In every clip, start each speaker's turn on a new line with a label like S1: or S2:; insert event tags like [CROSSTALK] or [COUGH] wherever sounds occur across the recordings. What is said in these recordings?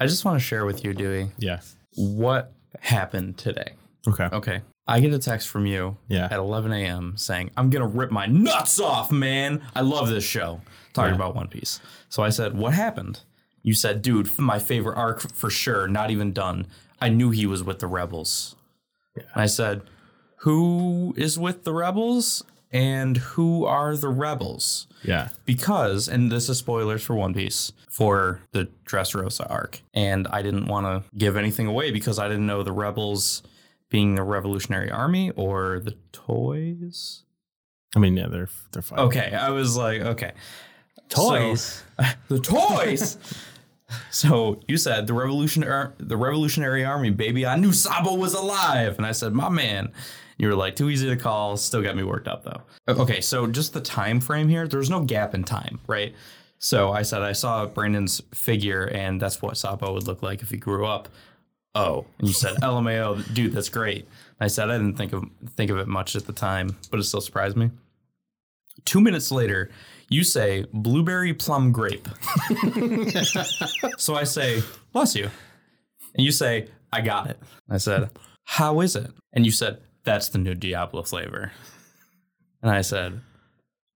S1: I just want to share with you, Dewey,
S2: Yeah.
S1: what happened today.
S2: Okay.
S1: Okay. I get a text from you
S2: Yeah.
S1: at 11 a.m. saying, I'm going to rip my nuts off, man. I love this show. Talking
S2: Yeah.
S1: about One Piece. So I said, What happened? You said, Dude, f- my favorite arc for sure. Not even done. I knew he was with the Rebels. And I said, Who is with the Rebels? And who are the Rebels?
S2: Yeah.
S1: because and this is spoilers for One Piece for the Dressrosa arc, and I didn't want to give anything away because I didn't know the rebels being the Revolutionary Army or the toys.
S2: I mean, yeah, they're they're fine.
S1: Okay, I was like, okay, Oh, So- the toys. [LAUGHS] so you said the revolutionary the Revolutionary Army, baby. I knew Sabo was alive, and I said, my man. You were like too easy to call. Still got me worked up though. Okay, so just the time frame here. There's no gap in time, right? So I said I saw Brandon's figure, and that's what Sabo would look like if he grew up. Oh, and you said LMAO, dude, that's great. I said I didn't think of think of it much at the time, but it still surprised me. Two minutes later, you say blueberry plum grape. so I say, bless you. And you say, I got it. I said, how is it? And you said, that's the new Diablo flavor. And I said,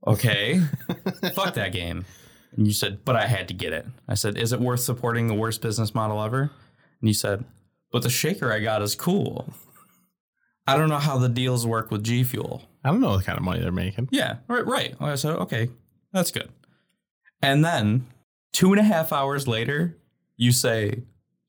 S1: okay, [LAUGHS] fuck that game. And you said, but I had to get it. I said, is it worth supporting the worst business model ever? And you said, but the shaker I got is cool. I don't know how the deals work with G Fuel.
S2: I don't know the kind of money they're making.
S1: Yeah, right, right. I said, okay, that's good. And then two and a half hours later, you say,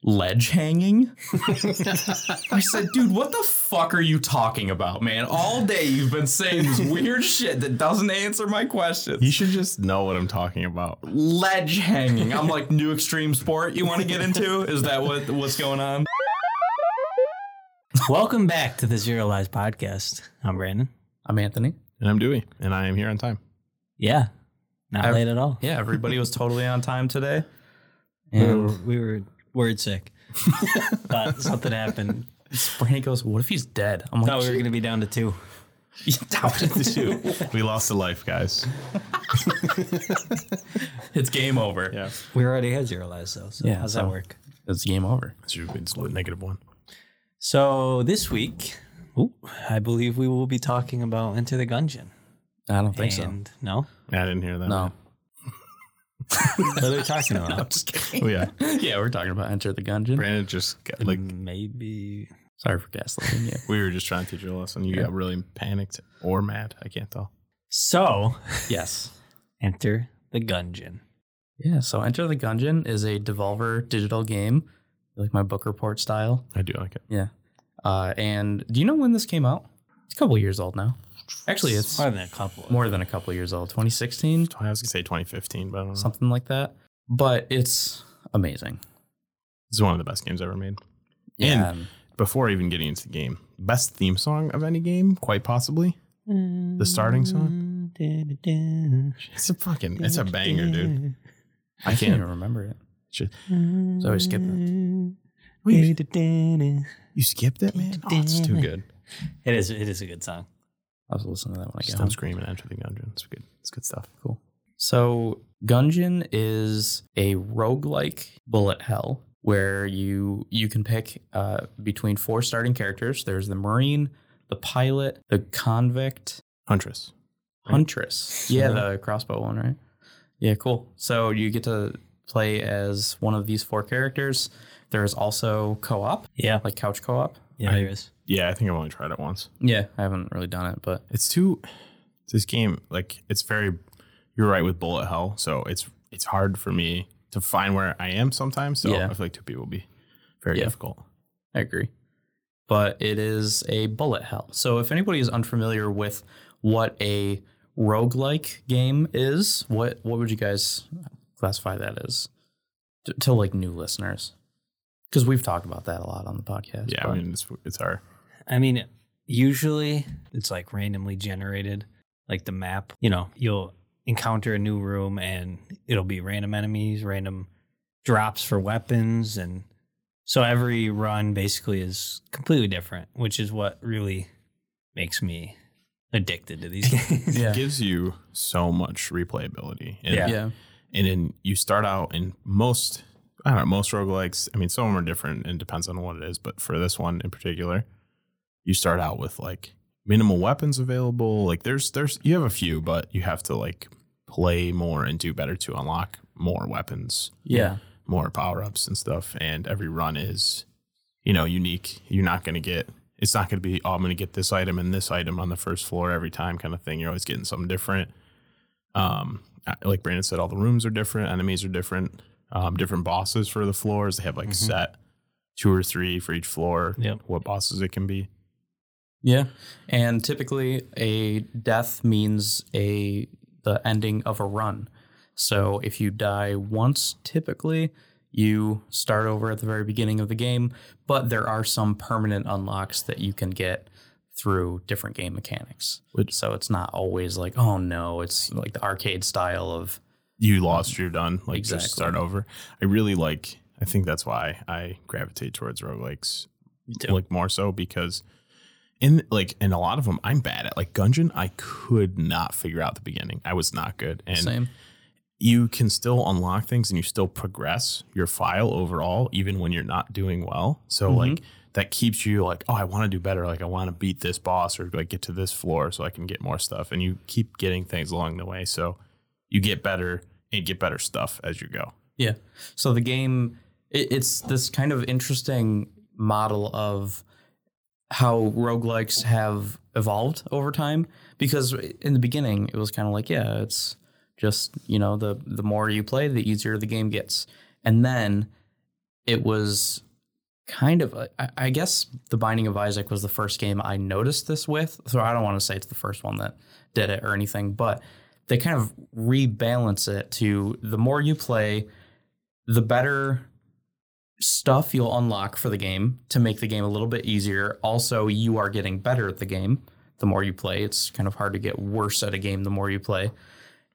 S1: ledge hanging? I said, dude, what the fuck are you talking about, man? All day you've been saying this weird shit that doesn't answer my questions.
S2: You should just know what I'm talking about.
S1: Ledge hanging. I'm like, new extreme sport you want to get into? Is that what what's going on?
S3: Welcome back to the Zero Lies podcast. I'm Brandon.
S1: I'm Anthony.
S2: And I'm Dewey, and I am here on time.
S3: Yeah, not
S1: I-
S3: late at all.
S1: Yeah, everybody was totally on time today.
S3: And we were word sick, [LAUGHS] but something [LAUGHS] happened.
S1: Brandy goes, what if he's dead? I'm like,
S3: Thought
S1: [LAUGHS]
S3: we were gonna be down to two.
S2: we lost a life, guys.
S1: it's game over.
S2: Yeah.
S3: We already had zero lies though. So
S1: Yeah,
S3: how's
S1: so-
S3: that work?
S1: It's game over.
S2: It's negative one.
S3: So this week, ooh, I believe we will be talking about Enter the Gungeon.
S1: I don't think
S3: and no,
S2: I didn't hear that.
S1: so. [LAUGHS] No.
S3: what are we talking [LAUGHS] about?
S1: just
S2: Oh,
S1: kidding.
S2: yeah.
S1: yeah, we're talking about Enter the Gungeon.
S2: Brandon just got, like
S3: Maybe
S1: Sorry for gaslighting you.
S2: we were just trying to teach you a lesson. You got really panicked or mad. I can't tell.
S3: so.
S1: [LAUGHS] yes.
S3: Enter the Gungeon.
S1: Yeah, so Enter the Gungeon is a Devolver digital game, like my book report style.
S2: I do like it.
S1: Yeah. Uh, and do you know when this came out? It's a couple years old now. Actually, it's
S3: More than a couple.
S1: more than a couple years old. 2016,
S2: I was gonna say 2015, but I don't know.
S1: something like that. But it's amazing.
S2: It's one of the best games ever made.
S1: Yeah.
S2: Before even getting into the game, best theme song of any game, quite possibly. The starting song? It's a fucking, it's a banger, dude.
S1: I can't even remember it.
S2: Shit.
S1: So I skip it.
S2: Wait, you skipped it, man? Oh, it's too good.
S3: It is. It is a good song.
S1: I was listening to that when I got home.
S2: Stop screaming enter the dungeon. It's good. It's good stuff. Cool.
S1: So, Gungeon is a roguelike bullet hell where you you can pick uh, between four starting characters. There's the Marine, the Pilot, the Convict,
S2: Huntress. Right.
S1: Huntress. Yeah, the crossbow one, right? Yeah, cool. So you get to play as one of these four characters. There is also co-op,
S3: Yeah.
S1: like couch co-op.
S3: Yeah.
S2: I-
S3: there is.
S2: Yeah, I think I've only tried it once.
S1: Yeah, I haven't really done it, but
S2: It's too. This game, like, it's very. You're right with bullet hell, so it's it's hard for me to find where I am sometimes. So
S1: Yeah.
S2: I feel like two people will be very
S1: Yeah.
S2: difficult.
S1: I agree. But it is a bullet hell. So if anybody is unfamiliar with what a roguelike game is, what what would you guys classify that as T- to like new listeners? Because we've talked about that a lot on the podcast.
S2: yeah,
S1: but-
S2: I mean, it's it's our
S3: I mean, usually it's like randomly generated, like the map. You know, you'll encounter a new room and it'll be random enemies, random drops for weapons, and so every run basically is completely different, which is what really makes me addicted to these games.
S1: yeah.
S2: gives you so much replayability. And,
S1: yeah,
S2: And then you start out in most I don't know, most roguelikes, I mean, some of them are different and depends on what it is, but for this one in particular, you start out with like minimal weapons available. Like there's there's you have a few, but you have to like play more and do better to unlock more weapons,
S1: Yeah.
S2: more power ups and stuff. And every run is, you know, unique. You're not gonna get it's not gonna be, oh, I'm gonna get this item and this item on the first floor every time kind of thing. You're always getting something different. Um I- like Brandon said, all the rooms are different, enemies are different, um, different bosses for the floors. They have like
S3: Mhm.
S2: set two or three for each floor,
S3: Yep.
S2: what bosses it can be.
S1: Yeah. And typically a death means a the ending of a run. So if you die once typically, you start over at the very beginning of the game, but there are some permanent unlocks that you can get through different game mechanics.
S2: Which-
S1: so it's not always like, oh no, it's like the arcade style of
S2: you lost, you're done. Like
S1: Exactly.
S2: just start over. I really like. I think that's why I gravitate towards roguelikes like more so because in like in a lot of them I'm bad at like Gungeon I could not figure out the beginning I was not good and
S1: same.
S2: you can still unlock things and you still progress your file overall even when you're not doing well so
S1: Mhm.
S2: like that keeps you like oh i want to do better like i want to beat this boss or like get to this floor so i can get more stuff and you keep getting things along the way so you get better and get better stuff as you go
S1: Yeah. So the game, it, it's this kind of interesting model of how roguelikes have evolved over time. Because in the beginning, it was kind of like, yeah, it's just you know the the more you play, the easier the game gets. And then it was kind of uh, I- I guess the Binding of Isaac was the first game I noticed this with. So I don't want to say it's the first one that did it or anything, but they kind of rebalance it to the more you play, the better stuff you'll unlock for the game to make the game a little bit easier. Also, you are getting better at the game the more you play. It's kind of hard to get worse at a game the more you play.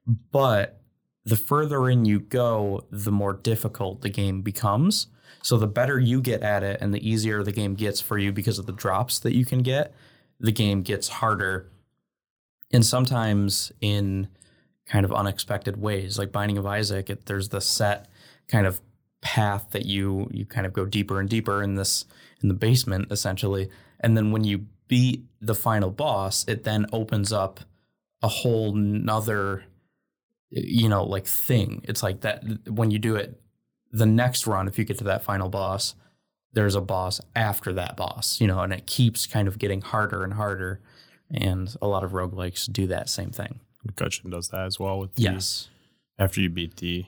S1: But the further in you go, the more difficult the game becomes. So the better you get at it and the easier the game gets for you because of the drops that you can get, the game gets harder. And sometimes in kind of unexpected ways, like Binding of Isaac, it, there's the set kind of path that you you kind of go deeper and deeper in this in the basement essentially. And then when you beat the final boss, it then opens up a whole nother you know like thing. It's like that when you do it the next run, if you get to that final boss, there's a boss after that boss, you know, and it keeps kind of getting harder and harder. And a lot of roguelikes do that same thing.
S2: Gudgeon does that as well with the,
S1: Yes.
S2: after you beat the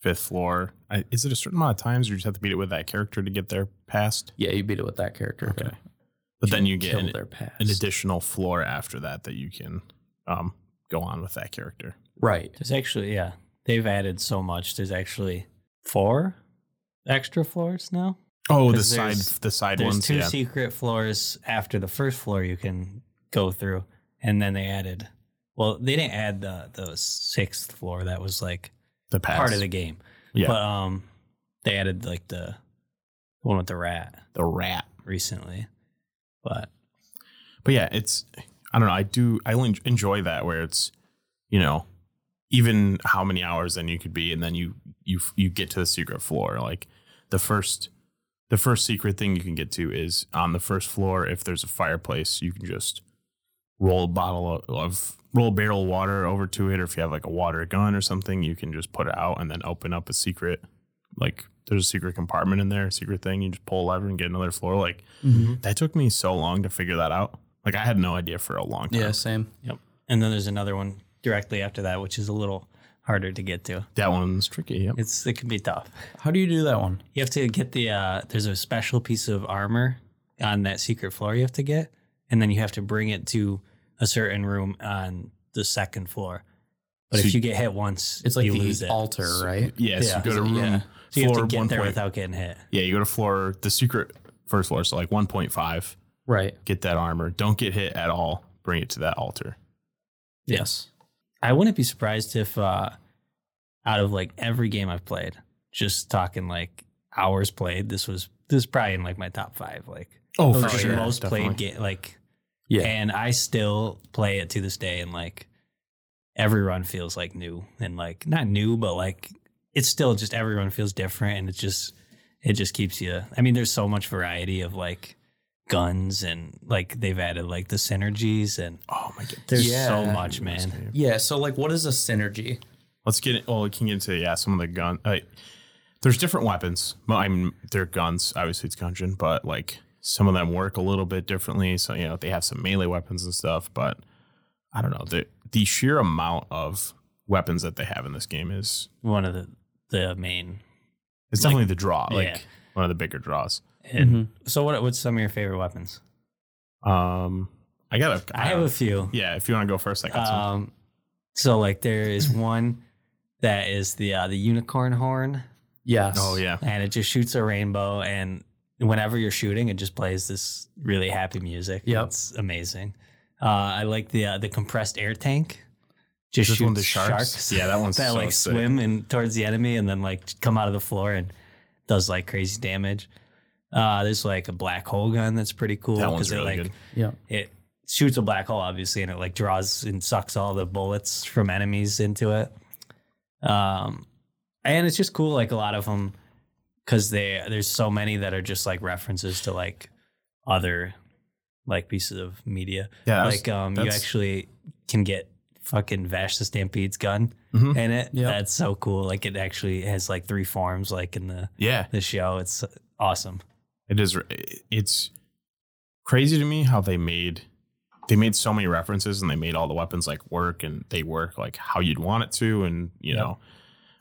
S2: fifth floor I, is it a certain amount of times or you just have to beat it with that character to get there past
S1: Yeah, you beat it with that character.
S2: Okay. but then you get
S1: kill
S2: an,
S1: their past.
S2: an additional floor after that that you can um, go on with that character
S1: right.
S3: There's actually, yeah, they've added so much. There's actually four extra floors now.
S2: Oh, the
S3: 'Cause
S2: side
S3: there's-
S2: the side
S3: There's
S2: ones.
S3: two
S2: Yeah.
S3: secret floors after the first floor you can go through, and then they added. Well, they didn't add the the sixth floor. That was like
S2: the past.
S3: part of the game.
S2: Yeah.
S3: But um, they added like the one with the rat
S2: the rat.
S3: recently. But
S2: But yeah, it's I don't know. I do I en- enjoy that where it's you know even how many hours then you could be, and then you you you get to the secret floor. Like the first the first secret thing you can get to is on the first floor. If there's a fireplace, you can just roll a bottle of, of roll a barrel of water over to it, or if you have like a water gun or something, you can just put it out and then open up a secret. Like there's a secret compartment in there, a secret thing. You just pull a lever and get another floor. Like that took me so long to figure that out. Like I had no idea for a long time.
S1: Yeah, same.
S3: and then there's another one directly after that, which is a little harder to get to.
S2: That one's tricky. Yep.
S3: It's it can be tough.
S1: How do you do that one?
S3: You have to get the uh, there's a special piece of armor on that secret floor you have to get, and then you have to bring it to a certain room on the second floor. But
S2: So
S3: if
S2: you-
S3: you get hit once,
S1: It's like
S3: you
S1: the
S3: lose it.
S1: altar, right?
S2: Yeah, so
S3: Yeah.
S2: you go to room
S1: Yeah.
S3: So you have to
S2: floor
S3: get
S2: one
S3: there
S2: point.
S3: without getting hit.
S2: yeah, you go to floor the secret first floor, so like one point five.
S1: Right.
S2: Get that armor. Don't get hit at all. Bring it to that altar.
S1: Yes.
S3: I wouldn't be surprised if uh, out of like every game I've played, just talking like hours played, this was this is probably in like my top five, like
S2: Oh,
S1: for
S3: for
S1: sure.
S3: most played
S2: definitely.
S3: game. Like,
S1: Yeah.
S3: and I still play it to this day, and like every run feels like new and like not new, but like it's still just everyone feels different and it just it just keeps you I mean, there's so much variety of like guns and like they've added like the synergies and
S2: Oh my god,
S3: There's so
S1: Yeah.
S3: much, man.
S1: Yeah. So like, what is a synergy?
S2: Let's get it. Well, we can get into yeah some of the gun. Uh, there's different weapons. Well, I mean, they're guns. Obviously, it's Gungeon, but like some of them work a little bit differently. So you know they have some melee weapons and stuff. But I don't know the the sheer amount of weapons that they have in this game is
S3: One of the the main.
S2: it's definitely the draw. Like
S3: yeah.
S2: one of the bigger draws.
S3: And
S1: Mm-hmm.
S3: so what what's some of your favorite weapons?
S2: Um, I got a.
S3: I have a few.
S2: Uh, yeah. If you want to go first, I got some.
S3: Um, so like there is one that is the uh, the unicorn horn,
S1: Yes.
S2: Oh yeah.
S3: and it just shoots a rainbow, and whenever you're shooting, it just plays this really happy music.
S1: Yep.
S3: it's amazing. Uh, I like the uh, the compressed air tank. Just
S2: This
S3: shoots
S2: one, the sharks?
S3: sharks.
S2: Yeah, that one's
S3: [LAUGHS] that
S2: so
S3: like
S2: sick.
S3: swim and towards the enemy, and then like come out of the floor and does like crazy damage. Uh, there's like a black hole gun that's pretty cool
S2: That one's
S3: it
S2: really
S3: like
S2: good.
S1: Yeah.
S3: it shoots a black hole obviously and it like draws and sucks all the bullets from enemies into it um and it's just cool like a lot of them because they there's so many that are just like references to like other like pieces of media
S2: Yeah.
S3: like um you
S2: that's-
S3: actually can get fucking vash the stampede's gun
S2: Mhm.
S3: in it
S1: Yep.
S3: that's so cool like it actually has like three forms like in the
S2: yeah.
S3: the show it's awesome
S2: It is. It's crazy to me how they made they made so many references and they made all the weapons like work and they work like how you'd want it to and you
S1: Yeah.
S2: know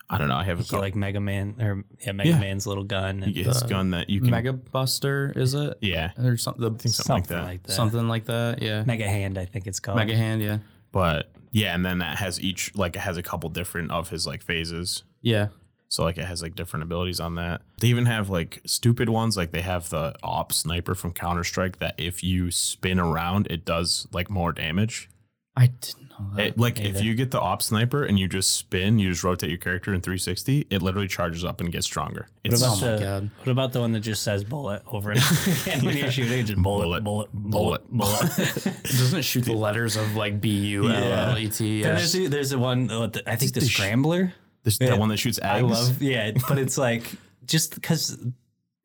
S2: I don't know I have a
S3: You get,
S2: couple,
S3: like mega man or yeah mega
S2: Yeah.
S3: man's little gun
S2: you
S3: and
S2: get his
S1: the
S2: gun that you can
S1: Mega Buster is it?
S2: yeah
S1: Or something.
S2: I think something, like that
S1: Something like that. Yeah.
S3: Mega Hand, I think it's called.
S1: Mega Hand. Yeah.
S2: but yeah and then that has each like it has a couple different of his like phases
S1: Yeah.
S2: so like it has like different abilities on that they even have like stupid ones like they have the op sniper from Counter Strike that if you spin around it does like more damage
S1: I didn't know that.
S2: It, like if
S3: Uh, either.
S2: you get the op sniper and you just spin, you just rotate your character in 360. It literally charges up and gets stronger. It's
S1: about
S2: so-
S1: the- Oh my
S3: So,
S1: God.
S3: What about the one that just says bullet over
S2: [LAUGHS]
S3: and over again when you're shooting? it's Just bullet, bullet, bullet, bullet. [LAUGHS]
S1: doesn't it shoot the letters of like B U L L E T?
S3: And there's, the- there's the one, uh, the, I think the
S2: the sh-
S3: Scrambler.
S2: this, that one that shoots eggs.
S3: I love, yeah, but it's like just because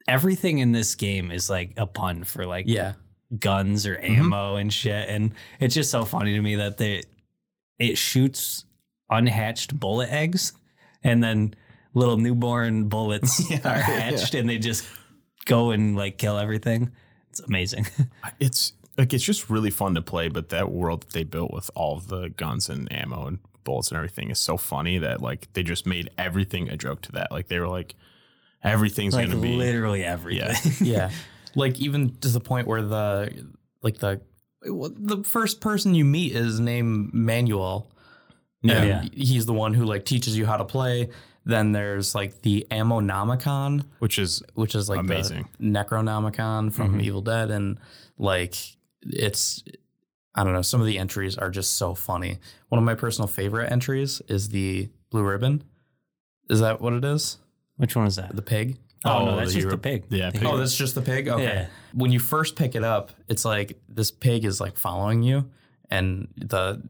S3: everything in this game is like a pun for like
S1: Yeah.
S3: guns or
S2: Mm-hmm.
S3: ammo and shit. And it's just so funny to me that they it shoots unhatched bullet eggs and then little
S2: [LAUGHS]
S3: newborn bullets are hatched and they just go and like kill everything. It's amazing. [LAUGHS]
S2: It's like it's just really fun to play. But that world that they built with all of the guns and ammo and bullets and everything is so funny that like they just made everything a joke to that. Like they were like, everything's
S3: like
S2: gonna be
S3: literally everything. [LAUGHS]
S1: Yeah. [LAUGHS] like even to the point where the like the well, the first person you meet is named Manuel. And
S3: Yeah.
S1: he's the one who like teaches you how to play. Then there's like the Ammonomicon,
S2: which is
S1: which is like
S2: Amazing.
S1: the Necronomicon from
S3: Mhm.
S1: Evil Dead, and like it's I don't know. Some of the entries are just so funny. One of my personal favorite entries is the Blue Ribbon. Is that what it is?
S3: Which one is that?
S1: The pig.
S3: oh,
S2: oh,
S3: no, that's
S2: the
S3: just
S2: Euro-
S3: the pig.
S2: yeah,
S3: The
S2: pig.
S1: Oh,
S3: Euro-
S1: that's just the pig. Okay.
S3: Yeah.
S1: When you first pick it up, it's like this pig is like following you, and the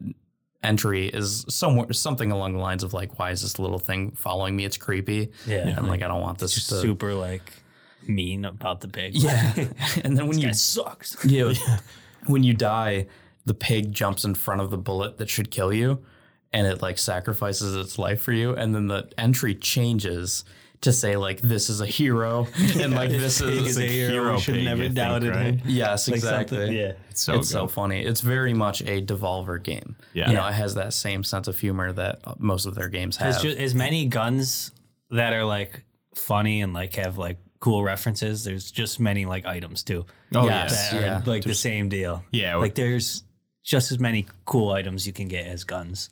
S1: entry is somewhere something along the lines of like, "Why is this little thing following me? It's creepy."
S3: Yeah.
S1: And like, I don't want this
S3: just
S1: to.
S3: super like mean about the pig. [LAUGHS]
S1: Yeah. [LAUGHS] and then when
S3: This
S1: you
S3: guy sucks.
S1: yeah, [LAUGHS] when you die, the pig jumps in front of the bullet that should kill you, and it like sacrifices its life for you, and then the entry changes to say like, "This is a
S3: [LAUGHS]
S1: hero," and like, "This
S3: Pig
S1: is."
S3: is a hero.
S2: hero
S3: we should
S2: pig, I
S3: never
S2: think,
S3: doubted
S2: right?
S3: him.
S1: Yes,
S3: Like something-
S1: exactly.
S3: Yeah.
S2: it's so
S1: it's
S2: good.
S1: so funny. It's very much a Devolver game.
S2: Yeah.
S1: You know, it has that same sense of humor that uh, most of their games have.
S3: There's just as many guns that are like funny and like have like cool references. There's just many like items too.
S2: oh
S1: Yes.
S2: yes. Oh.
S3: that are
S1: yeah.
S3: like the same deal.
S2: yeah,
S3: Like there's just as many cool items you can get as guns,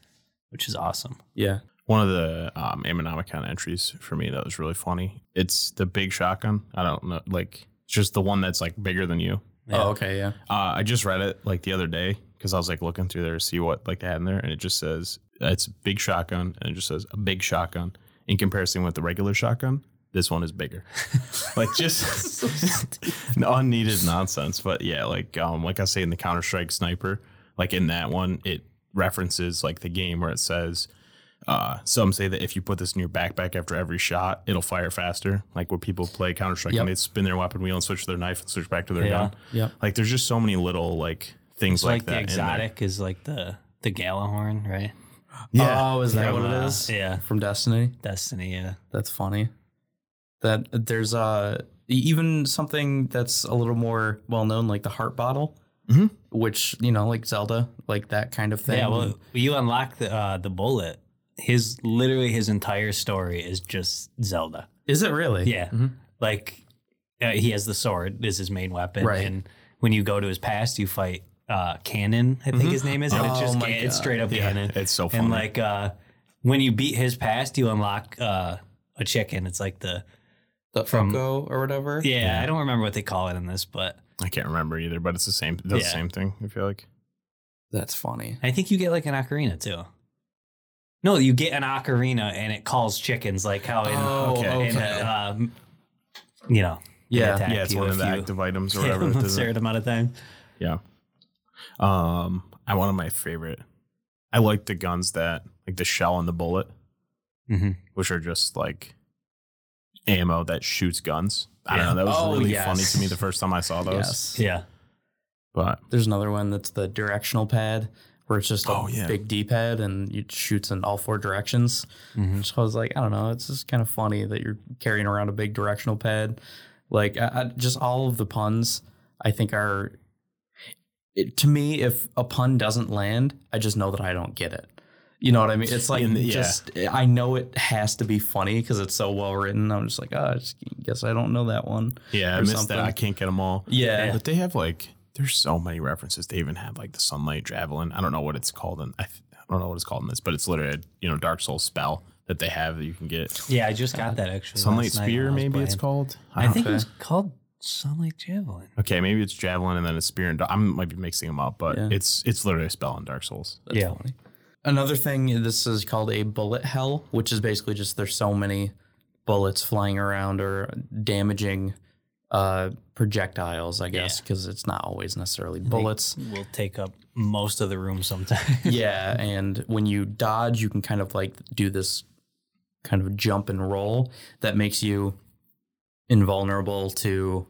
S3: which is awesome.
S1: yeah.
S2: one of the um, Ammonomicon entries for me that was really funny. It's the big shotgun. I don't know, like it's just the one that's like bigger than you.
S3: Yeah.
S1: Oh, okay. Yeah.
S2: Uh, I just read it like the other day because I was like looking through there to see what like they had in there, and it just says it's big shotgun, and it just says a big shotgun in comparison with the regular shotgun. This one is bigger, [LAUGHS] like just [LAUGHS] unneeded nonsense. But yeah, like um, like I say in the Counter Strike Sniper, like in that one, it references like the game where it says Uh, some say that if you put this in your backpack after every shot, it'll fire faster. Like where people play Counter Strike
S1: Yep.
S2: and they spin their weapon wheel and switch to their knife and switch back to their
S3: Yeah.
S2: gun.
S1: Yep.
S2: Like there's just so many little like things
S3: It's
S2: like,
S3: like
S2: that.
S3: the
S2: in there.
S3: exotic is like the the Galahorn, right?
S2: Yeah.
S1: Oh, is that what it
S3: Uh,
S1: is?
S3: Yeah,
S1: From Destiny.
S3: Destiny. Yeah,
S1: That's funny. That there's uh e- even something that's a little more well known, like the heart bottle,
S2: Mhm.
S1: which you know, like Zelda, like that kind of thing.
S3: yeah. Well, you unlock the uh, the bullet. His literally his entire story is just Zelda.
S1: is it really?
S3: Yeah, like uh, he has the sword is his main weapon,
S1: Right.
S3: and when you go to his past, you fight uh, Cannon. I think his name is, and it's
S1: Oh
S3: just
S1: my
S3: Gan- it's
S1: God.
S3: straight up
S2: Yeah,
S3: Ganon.
S2: it's so funny.
S3: And like uh, when you beat his past, you unlock uh, a chicken. It's like the
S1: The
S3: From-
S1: Funko or whatever.
S3: yeah. I don't remember what they call it in this, but
S2: I can't remember either, but it's the same. Does the
S3: Yeah.
S2: same thing. I feel like.
S1: That's funny.
S3: I think you get like an ocarina too. No, you get an ocarina and it calls chickens, like how in,
S1: Oh,
S2: okay.
S3: in
S1: okay.
S3: um, you know, they
S1: Yeah.
S3: attack
S2: yeah, it's
S3: you
S2: one
S3: if
S2: of the
S3: you-
S2: active
S3: [LAUGHS]
S2: items or whatever.
S3: a
S2: that does it.
S3: certain amount of time.
S2: Yeah. Um, I one of my favorite. I like the guns that like the shell and the bullet,
S3: Mhm.
S2: which are just like ammo that shoots guns. I don't
S1: Yeah.
S2: know. That was
S1: Oh,
S2: really
S1: yes.
S2: funny to me the first time I saw those.
S1: [LAUGHS] Yes.
S3: Yeah,
S2: But
S1: There's another one that's the directional pad where it's just a
S2: Oh, yeah.
S1: big D pad and it shoots in all four directions.
S2: Mm-hmm.
S1: So I was like, I don't know, it's just kind of funny that you're carrying around a big directional pad. Like, I, I, just all of the puns, I think are it, to me. If a pun doesn't land, I just know that I don't get it. You know what I mean? It's like
S2: In the- yeah.
S1: just I know it has to be funny because it's so well written. I'm just like, oh, I just guess I don't know that one.
S2: yeah, I
S1: Or
S2: missed
S1: something.
S2: that. I can't get them all.
S1: Yeah.
S2: But they have like there's so many references. They even have like the sunlight javelin. I don't know what it's called in I, th- I don't know what it's called in this, but it's literally a, you know Dark Souls spell that they have that you can get.
S3: yeah. I just got that actually.
S2: Uh, Sunlight
S3: last night
S2: spear,
S3: when I was
S2: maybe it's
S3: playing.
S2: called.
S3: I,
S2: don't
S3: think
S1: Okay.
S3: it was called Sunlight Javelin.
S2: Okay, maybe it's javelin and then a spear and I might be mixing them up, but
S1: Yeah.
S2: it's it's literally a spell in Dark Souls.
S1: That's
S3: Yeah.
S1: funny. Another thing, this is called a bullet hell, which is basically just there's so many bullets flying around or damaging uh, projectiles, I guess, because it's not always necessarily bullets.
S3: Will take up most of the room sometimes. [LAUGHS]
S1: yeah, and when you dodge, you can kind of like do this kind of jump and roll that makes you invulnerable to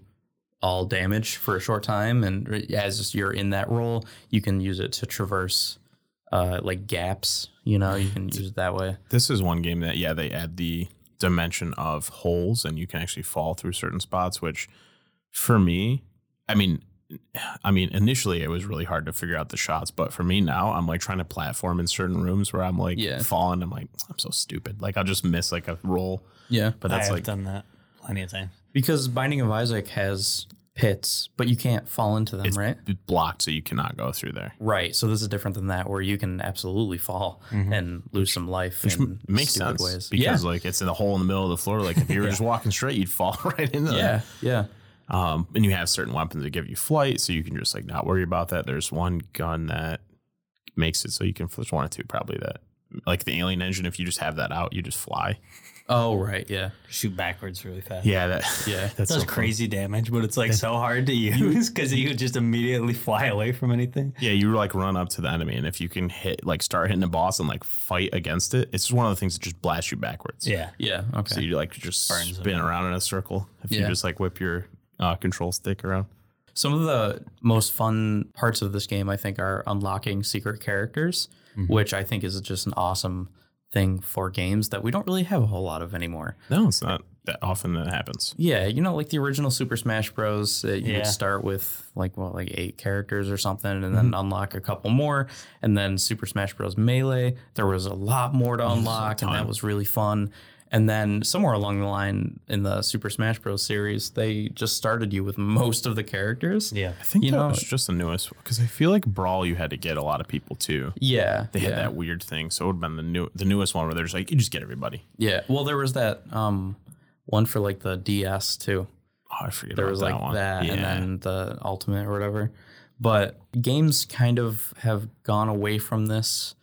S1: all damage for a short time. And as you're in that roll, you can use it to traverse uh, like gaps. You know, you can use it that way.
S2: This is one game that yeah, they add the dimension of holes and you can actually fall through certain spots, which for me, I mean I mean initially it was really hard to figure out the shots, but for me now I'm like trying to platform in certain rooms where I'm like
S1: Yeah.
S2: falling, I'm like, I'm so stupid. Like I'll just miss like a roll.
S1: Yeah,
S2: But that's
S3: I've
S2: like
S3: done that plenty of times.
S1: because Binding of Isaac has pits, but you can't fall into them,
S2: it's
S1: right?
S2: blocked so you cannot go through there.
S1: Right. So this is different than that, where you can absolutely fall and lose some life
S2: Mm-hmm. Which
S1: in
S2: m- makes
S1: stupid
S2: sense
S1: ways.
S2: because like it's in a hole in the middle of the floor. Like if
S1: [LAUGHS]
S2: you were just walking straight, you'd fall [LAUGHS] right into
S1: yeah,
S2: that.
S1: yeah, yeah.
S2: Um, and you have certain weapons that give you flight, so you can just like not worry about that. There's one gun that makes it so you can. There's one or two probably that, like the alien engine. If you just have that out, you just fly.
S1: Oh, right. Yeah.
S3: Shoot backwards really fast.
S2: Yeah, that. [LAUGHS]
S1: Yeah.
S2: that's
S3: Does
S2: so cool.
S3: crazy damage, but it's like so hard
S2: [LAUGHS]
S3: to use because you could just immediately fly away from anything.
S2: Yeah, you like run up to the enemy, and if you can hit, like, start hitting the boss and like fight against it, it's just one of the things that just blasts you backwards.
S3: Yeah.
S1: Yeah.
S2: So
S1: Okay.
S2: you like just
S3: Burns
S2: spin around in a circle if you
S1: Yeah.
S2: just like whip your uh, control stick around.
S1: Some of the most fun parts of this game, I think, are unlocking secret characters, which I think is just an awesome thing for games that we don't really have a whole lot of anymore.
S2: No, it's not that often that happens.
S1: Yeah, you know, like the original Super Smash Bros. That you
S3: Yeah.
S1: would start with like what, like eight characters or something, and then unlock a couple more, and then Super Smash Bros. Melee. There was a lot more to unlock, and that was really fun. And then somewhere along the line in the Super Smash Bros. series, they just started you with most of the characters.
S3: Yeah.
S2: I think
S1: You
S2: that
S1: know-
S2: was just the newest because I feel like Brawl you had to get a lot of people too.
S1: yeah,
S2: They
S1: yeah.
S2: had that weird thing, so it would have been the new the newest one where they're just like you just get everybody.
S1: Yeah. Well, there was that um one for like the DS too.
S2: Oh, I forget
S1: There
S2: about
S1: was
S2: that
S1: like
S2: one.
S1: that,
S2: yeah,
S1: and then the Ultimate or whatever. But games kind of have gone away from this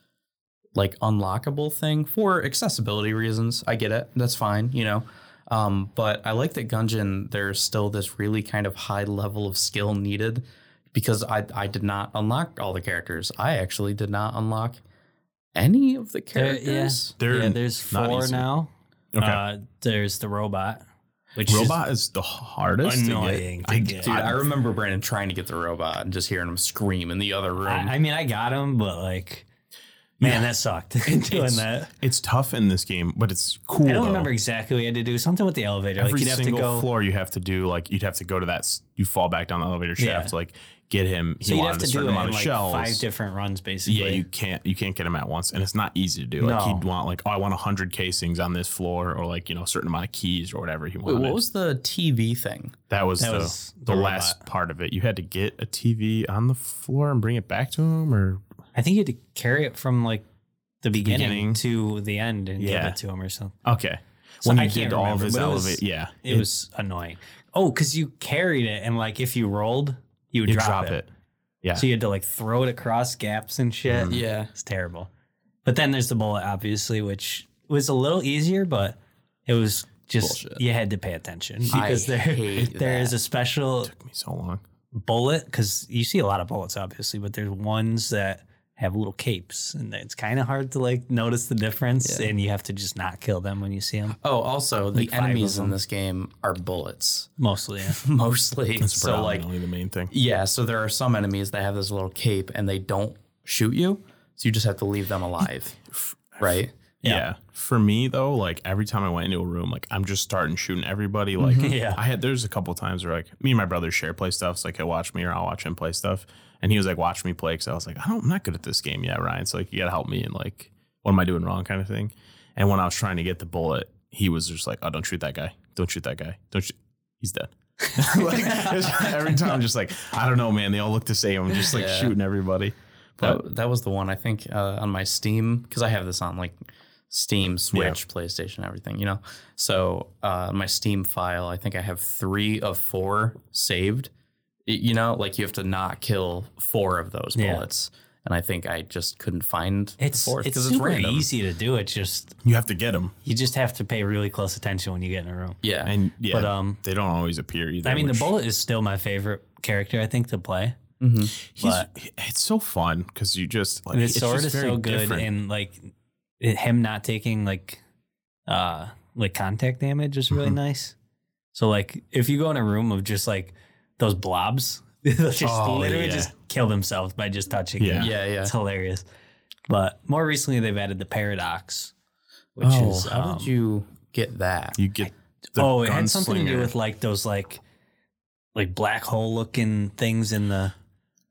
S1: like unlockable thing for accessibility reasons. I get it. That's fine, you know. Um, but I like that Gungeon, there's still this really kind of high level of skill needed because I, I did not unlock all the characters. I actually did not unlock any of the
S3: There-
S1: characters?
S3: yeah.
S2: They're
S3: yeah, there's
S2: not
S3: four
S2: easy.
S3: now.
S2: Okay.
S3: Uh, there's the robot, which
S2: Robot is the hardest. to get.
S3: Annoying to
S2: I,
S3: get.
S1: Dude,
S2: I-
S1: I remember Brandon trying to get the robot and just hearing him scream in the other
S3: Is,
S1: room.
S3: I, I mean, I got him, but like, man, that sucked [LAUGHS] doing that.
S2: it's tough in this game, but it's cool.
S3: I don't
S2: though.
S3: remember exactly what you had to do. Something with the elevator.
S2: Every
S3: like you'd have to
S2: single
S3: go.
S2: floor you have to do like you'd have to go to that. s- You fall back down the elevator
S3: Yeah.
S2: shaft, to, like get him.
S3: so
S2: he
S3: you'd
S2: wanted
S3: have to
S2: a
S3: do
S2: certain
S3: it in
S2: amount of
S3: like
S2: shells.
S3: five different runs, basically.
S2: yeah, you can't you can't get him at once, and it's not easy to do. Like
S3: No.
S2: he'd want like oh, I want hundred casings on this floor, or like you know a certain amount of keys or whatever he
S1: Wait,
S2: wanted.
S1: what was the TV thing?
S2: that was
S3: That
S2: the,
S3: was
S2: the,
S3: the
S2: last part of it. You had to get a TV on the floor and bring it back to him, or
S3: I think you had to carry it from like the beginning,
S2: Beginning.
S3: to the end and
S2: Yeah.
S3: give it to him or something.
S2: okay.
S3: So
S2: when
S3: I
S2: you
S3: can't
S2: did all of
S3: remember,
S2: his
S3: but it was-
S2: elevate, yeah,
S3: It, was annoying. Oh, because you carried it and like if you rolled, you would
S2: you
S3: drop, it.
S2: Yeah.
S3: So you had to like throw it across gaps and shit.
S2: Mhm.
S1: Yeah.
S3: It's terrible. But then there's the bullet, obviously, which was a little easier, but it was just
S1: Bullshit.
S3: you had to pay attention
S1: I
S3: because there [LAUGHS]
S1: hate
S3: there
S1: that.
S3: is a special
S2: took me so long.
S3: bullet because you see a lot of bullets obviously but there's ones that have little capes and it's kind of hard to like notice the difference
S1: Yeah.
S3: and you have to just not kill them when you see them
S1: Oh, also the
S3: Like five of
S1: enemies in
S3: them.
S1: this game are bullets [LAUGHS]
S3: mostly yeah.
S1: mostly.
S2: That's
S1: so like
S2: predominantly the main thing.
S1: yeah, so there are some enemies that have this little cape and they don't shoot you, so you just have to leave them alive, right?
S2: Yeah.
S3: Yeah.
S2: For me though, like every time I went into a room, like I'm just starting shooting everybody. Like
S3: Mm-hmm. Yeah.
S2: I had there's a couple times where like me and my brother share play stuff. So like he'll watch me or I'll watch him play stuff. And he was like, watch me play because I was like, I don't I'm not good at this game yet, Ryan. So like you gotta help me and like what am I doing wrong kind of thing. And when I was trying to get the bullet, he was just like, Oh, don't shoot that guy. Don't shoot that guy. Don't shoot he's dead. [LAUGHS] like it's- every time I'm just like, I don't know, man. They all look the same. I'm just like
S1: Yeah.
S2: shooting everybody. But
S1: That, that was the one I think uh, on my Steam because I have this on like Steam, Switch, PlayStation, everything, you know. So uh, my Steam file, I think I have three of four saved. Y- You know, like you have to not kill four of those
S3: Yeah.
S1: bullets, and I think I just couldn't find the
S3: it's
S1: fourth
S3: it's
S1: 'cause
S3: super easy to do it's just
S2: you have to get him.
S3: you just have to pay really close attention when you get in a room
S1: Yeah,
S2: And yeah,
S3: But, um,
S2: they don't always appear either.
S3: i mean
S2: which-
S3: the bullet is still my favorite character i think to play
S1: Mm-hmm.
S2: He's,
S3: but-
S2: he- it's so fun because you just like
S3: and his
S2: it's
S3: sword
S2: just
S3: is
S2: very
S3: so good
S2: different.
S3: and like it- him not taking like uh like contact damage is really
S2: Mhm.
S3: nice so like if you go in a room of just like those blobs [LAUGHS] they'll just
S2: Oh,
S3: literally
S2: yeah.
S3: just kill themselves by just touching
S2: Yeah.
S3: them.
S1: yeah, yeah.
S3: it's hilarious but more recently they've added the paradox which
S1: oh,
S3: is
S1: how
S3: um,
S1: did you get that?
S2: you get the
S3: oh it had something to do
S2: gunslinger.
S3: with like those like like black hole looking things in the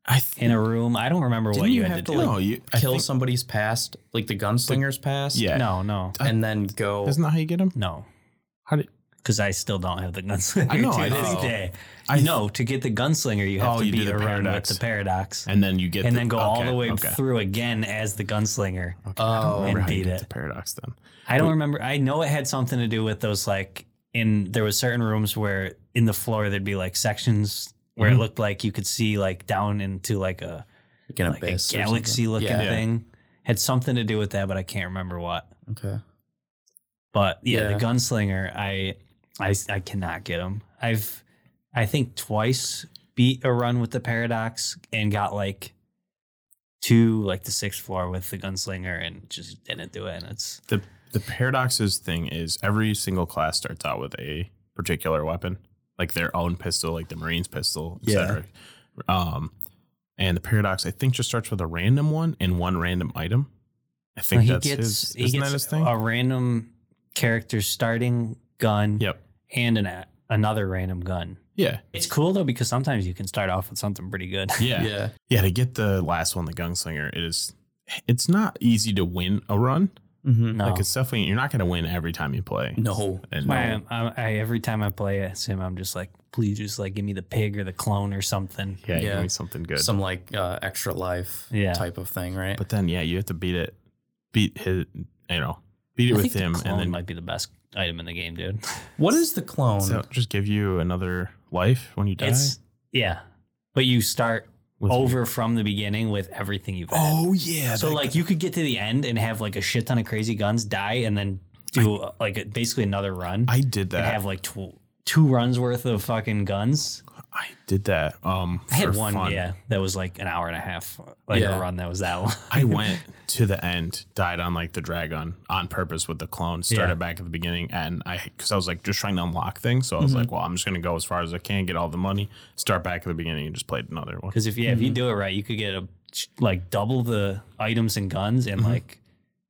S2: I think
S3: in a room i don't remember what
S1: Didn't
S3: you,
S1: you
S3: had
S1: have
S3: to
S1: to,
S3: do
S1: like,
S2: no, you I
S1: Kill
S2: think-
S1: somebody's past, like the gunslinger's past.
S2: Yeah,
S3: no no
S1: and then go.
S2: Isn't that how you get him?
S3: no
S2: How did
S3: because I still don't have the gunslinger
S2: I know,
S3: to
S2: I
S3: this
S2: know.
S3: day.
S2: I-
S3: I know to get the gunslinger, you have
S2: Oh,
S3: to
S2: you do
S3: be
S2: the
S3: around
S2: paradox.
S3: with the paradox, and,
S2: and then you get the-
S3: then go all
S2: okay,
S3: the way
S2: okay.
S3: through again as the gunslinger.
S2: Okay, I don't
S1: Oh,
S2: remember
S3: and
S2: how you
S3: beat
S2: get
S3: it.
S2: the paradox then.
S3: I don't remember. I know it had something to do with those like in there was certain rooms where in the floor there'd be like sections where
S2: Mhm.
S3: it looked like you could see like down into like a
S1: like an
S3: like a
S1: abyss or something?
S3: galaxy looking
S1: Yeah.
S2: Yeah.
S3: thing. Had something to do with that, but I can't remember what.
S1: Okay.
S3: But yeah,
S1: Yeah.
S3: the gunslinger, I, I I cannot get him. I've I think twice beat a run with the paradox and got like to like the sixth floor with the gunslinger and just didn't do it. And it's
S2: The the paradoxes thing is every single class starts out with a particular weapon, like their own pistol, like the Marines pistol, etc. Um, and the paradox I think just starts with a random one and one random item. I think
S3: he
S2: that's
S3: gets
S2: his.
S3: he
S2: Isn't
S3: gets
S2: that his thing?
S3: a random character starting gun
S2: yep.
S3: and an a- another random gun.
S2: Yeah.
S3: It's cool though because sometimes you can start off with something pretty good. [LAUGHS]
S2: Yeah.
S1: Yeah.
S2: Yeah, to get the last one, the gunslinger, it is it's not easy to win a run.
S1: Mm-hmm.
S3: No,
S2: Like it's definitely you're not gonna win every time you play.
S1: No.
S2: And uh,
S3: My, I, I, every time I play as him, I'm just like, please, just like give me the pig or the clone or something.
S2: yeah, you
S1: Yeah.
S2: need something good.
S1: Some like uh, extra life
S3: Yeah.
S1: type of thing, right?
S2: but then yeah, you have to beat it beat his you know, beat it
S3: I
S2: with
S3: think the
S2: him
S3: clone
S2: and then
S3: might be the best item in the game, dude.
S1: what is the clone?
S2: so just give you another life when you die.
S3: It's yeah, but you start
S2: With- Oh,
S3: over from the beginning with everything you've had.
S2: yeah.
S3: so like you could get to the end and have like a shit ton of crazy guns die, and then do uh like a, basically another run
S2: I did
S3: and
S2: that.
S3: have like tw- two runs worth of fucking guns.
S2: I did that. Um,
S3: I had
S2: for
S3: one,
S2: fun.
S3: yeah, that was like an hour and a half, like
S1: Yeah.
S3: a run that was that [LAUGHS] long.
S2: I went to the end, died on like the dragon on purpose with the clone. Started
S3: Yeah.
S2: back at the beginning, and I because I was like just trying to unlock things, so I was
S3: Mhm.
S2: like, well, I'm just gonna go as far as I can, get all the money, start back at the beginning, and just played another one.
S3: Because if yeah,
S2: Hmm.
S3: if you do it right, you could get a like double the items and guns and
S2: Mm-hmm.
S3: like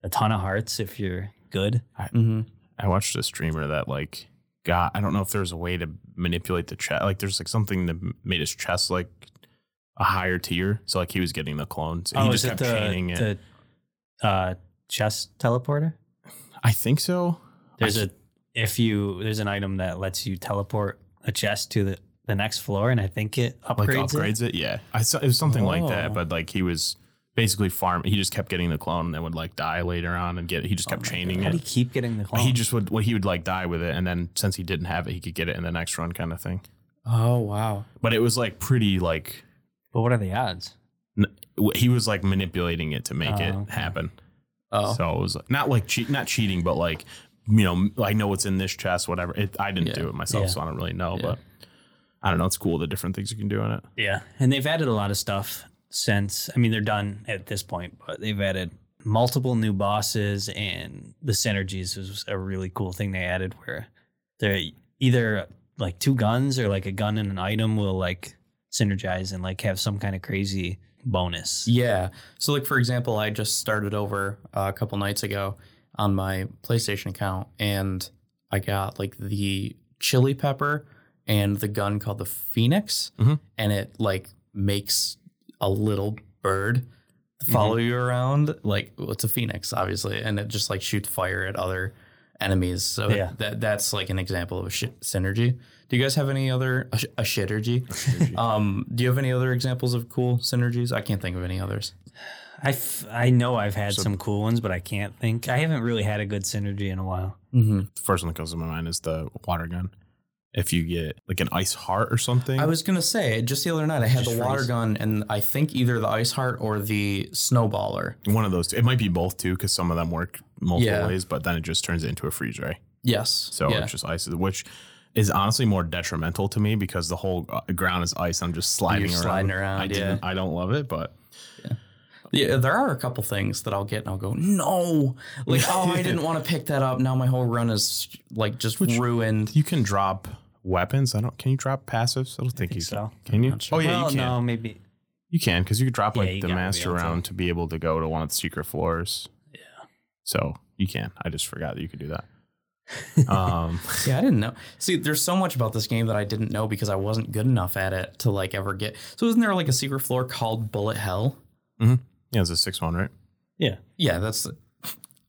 S3: a ton of hearts if you're good.
S1: Mm-hmm.
S2: I watched a streamer that like got I don't know if there's a way to manipulate the chest. Like there's like something that m- made his chest like a higher tier, so like he was getting the clones. Oh, And he just
S3: Oh, is
S2: kept chaining it.
S3: the uh, chest teleporter?
S2: I think so.
S3: There's
S2: I-
S3: a if you there's an item that lets you teleport a chest to the, the next floor, and I think it upgrades.
S2: like
S3: It.
S2: upgrades it. Yeah, I saw it was something like that,
S3: Oh.
S2: but like he was basically farm. He just kept getting the clone, and then would like die later on and get. He just kept chaining
S3: Oh How do you
S2: it.
S3: keep getting the clone?
S2: He just would. Well, he would like die with it, and then since he didn't have it, he could get it in the next run, kind of thing.
S3: oh wow!
S2: But it was like pretty like
S3: But what are the odds?
S2: n- w- he was like manipulating it to make
S3: Oh,
S2: it
S3: okay.
S2: happen.
S1: Oh.
S2: So it was like, not like cheat, not cheating, but like you know, m- I know what's in this chest, whatever. It, I didn't
S1: Yeah.
S2: do it myself,
S3: Yeah.
S2: so I don't really know,
S1: Yeah.
S2: but. I don't know. It's cool the different things you can do
S1: [LAUGHS]
S2: in it.
S3: Yeah, and they've added a lot of stuff since. I mean, they're done at this point, but they've added multiple new bosses, and the synergies was a really cool thing they added, where they're either like two guns or like a gun and an item will like synergize and like have some kind of crazy bonus.
S1: Yeah. So, like for example, I just started over uh, a couple nights ago on my PlayStation account, and I got like the chili pepper and the gun called the Phoenix,
S2: Mhm.
S1: and it like makes a little bird follow you around. Like well, it's a phoenix, obviously, and it just like shoots fire at other enemies. So
S3: Yeah.
S1: that that's like an example of a shi synergy. Do you guys have any other a, sh- a shittergy? um, do you have any other examples of cool synergies? I can't think of any others.
S3: I, f- I know I've had some cool ones, but I can't think. I haven't really had a good synergy in a while.
S1: Mm-hmm.
S2: the first one that comes to my mind is the water gun. If you get like an ice heart or something,
S1: I was gonna say just the other night I had
S3: Just
S1: the water
S3: freeze.
S1: gun and I think either the ice heart or the snowballer.
S2: one of those. Two. It might be both too, because some of them work multiple
S1: Yeah.
S2: ways, but then it just turns it into a freeze ray.
S1: Yes.
S2: So
S1: yeah.
S2: it's just ice, which is honestly more detrimental to me because the whole uh, ground is ice. I'm just sliding
S1: You're
S2: around.
S1: sliding around,
S2: I
S1: yeah.
S2: didn't- I don't love it, but
S1: Yeah, there are a couple things that I'll get and I'll go, [LAUGHS] no, like oh I didn't want to pick that up. Now my whole run is like just [LAUGHS] ruined.
S2: you can drop weapons. I don't. Can you drop passives? I don't think, you
S3: think so.
S2: Can, can you?
S1: not sure.
S2: Oh yeah,
S3: well,
S2: you can.
S3: no, maybe.
S2: You can because you could drop
S3: Yeah,
S2: like
S3: you
S2: the
S3: gotta be
S2: master
S3: able to.
S2: round to be able to go to one of the secret floors. Yeah. So you can. I just forgot that you could do that.
S3: [LAUGHS]
S2: um.
S1: Yeah, I didn't know. See, there's so much about this game that I didn't know because I wasn't good enough at it to like ever get. So isn't there like a secret floor called Bullet Hell?
S2: Yeah, it's a six one, right?
S3: Yeah.
S1: Yeah, that's.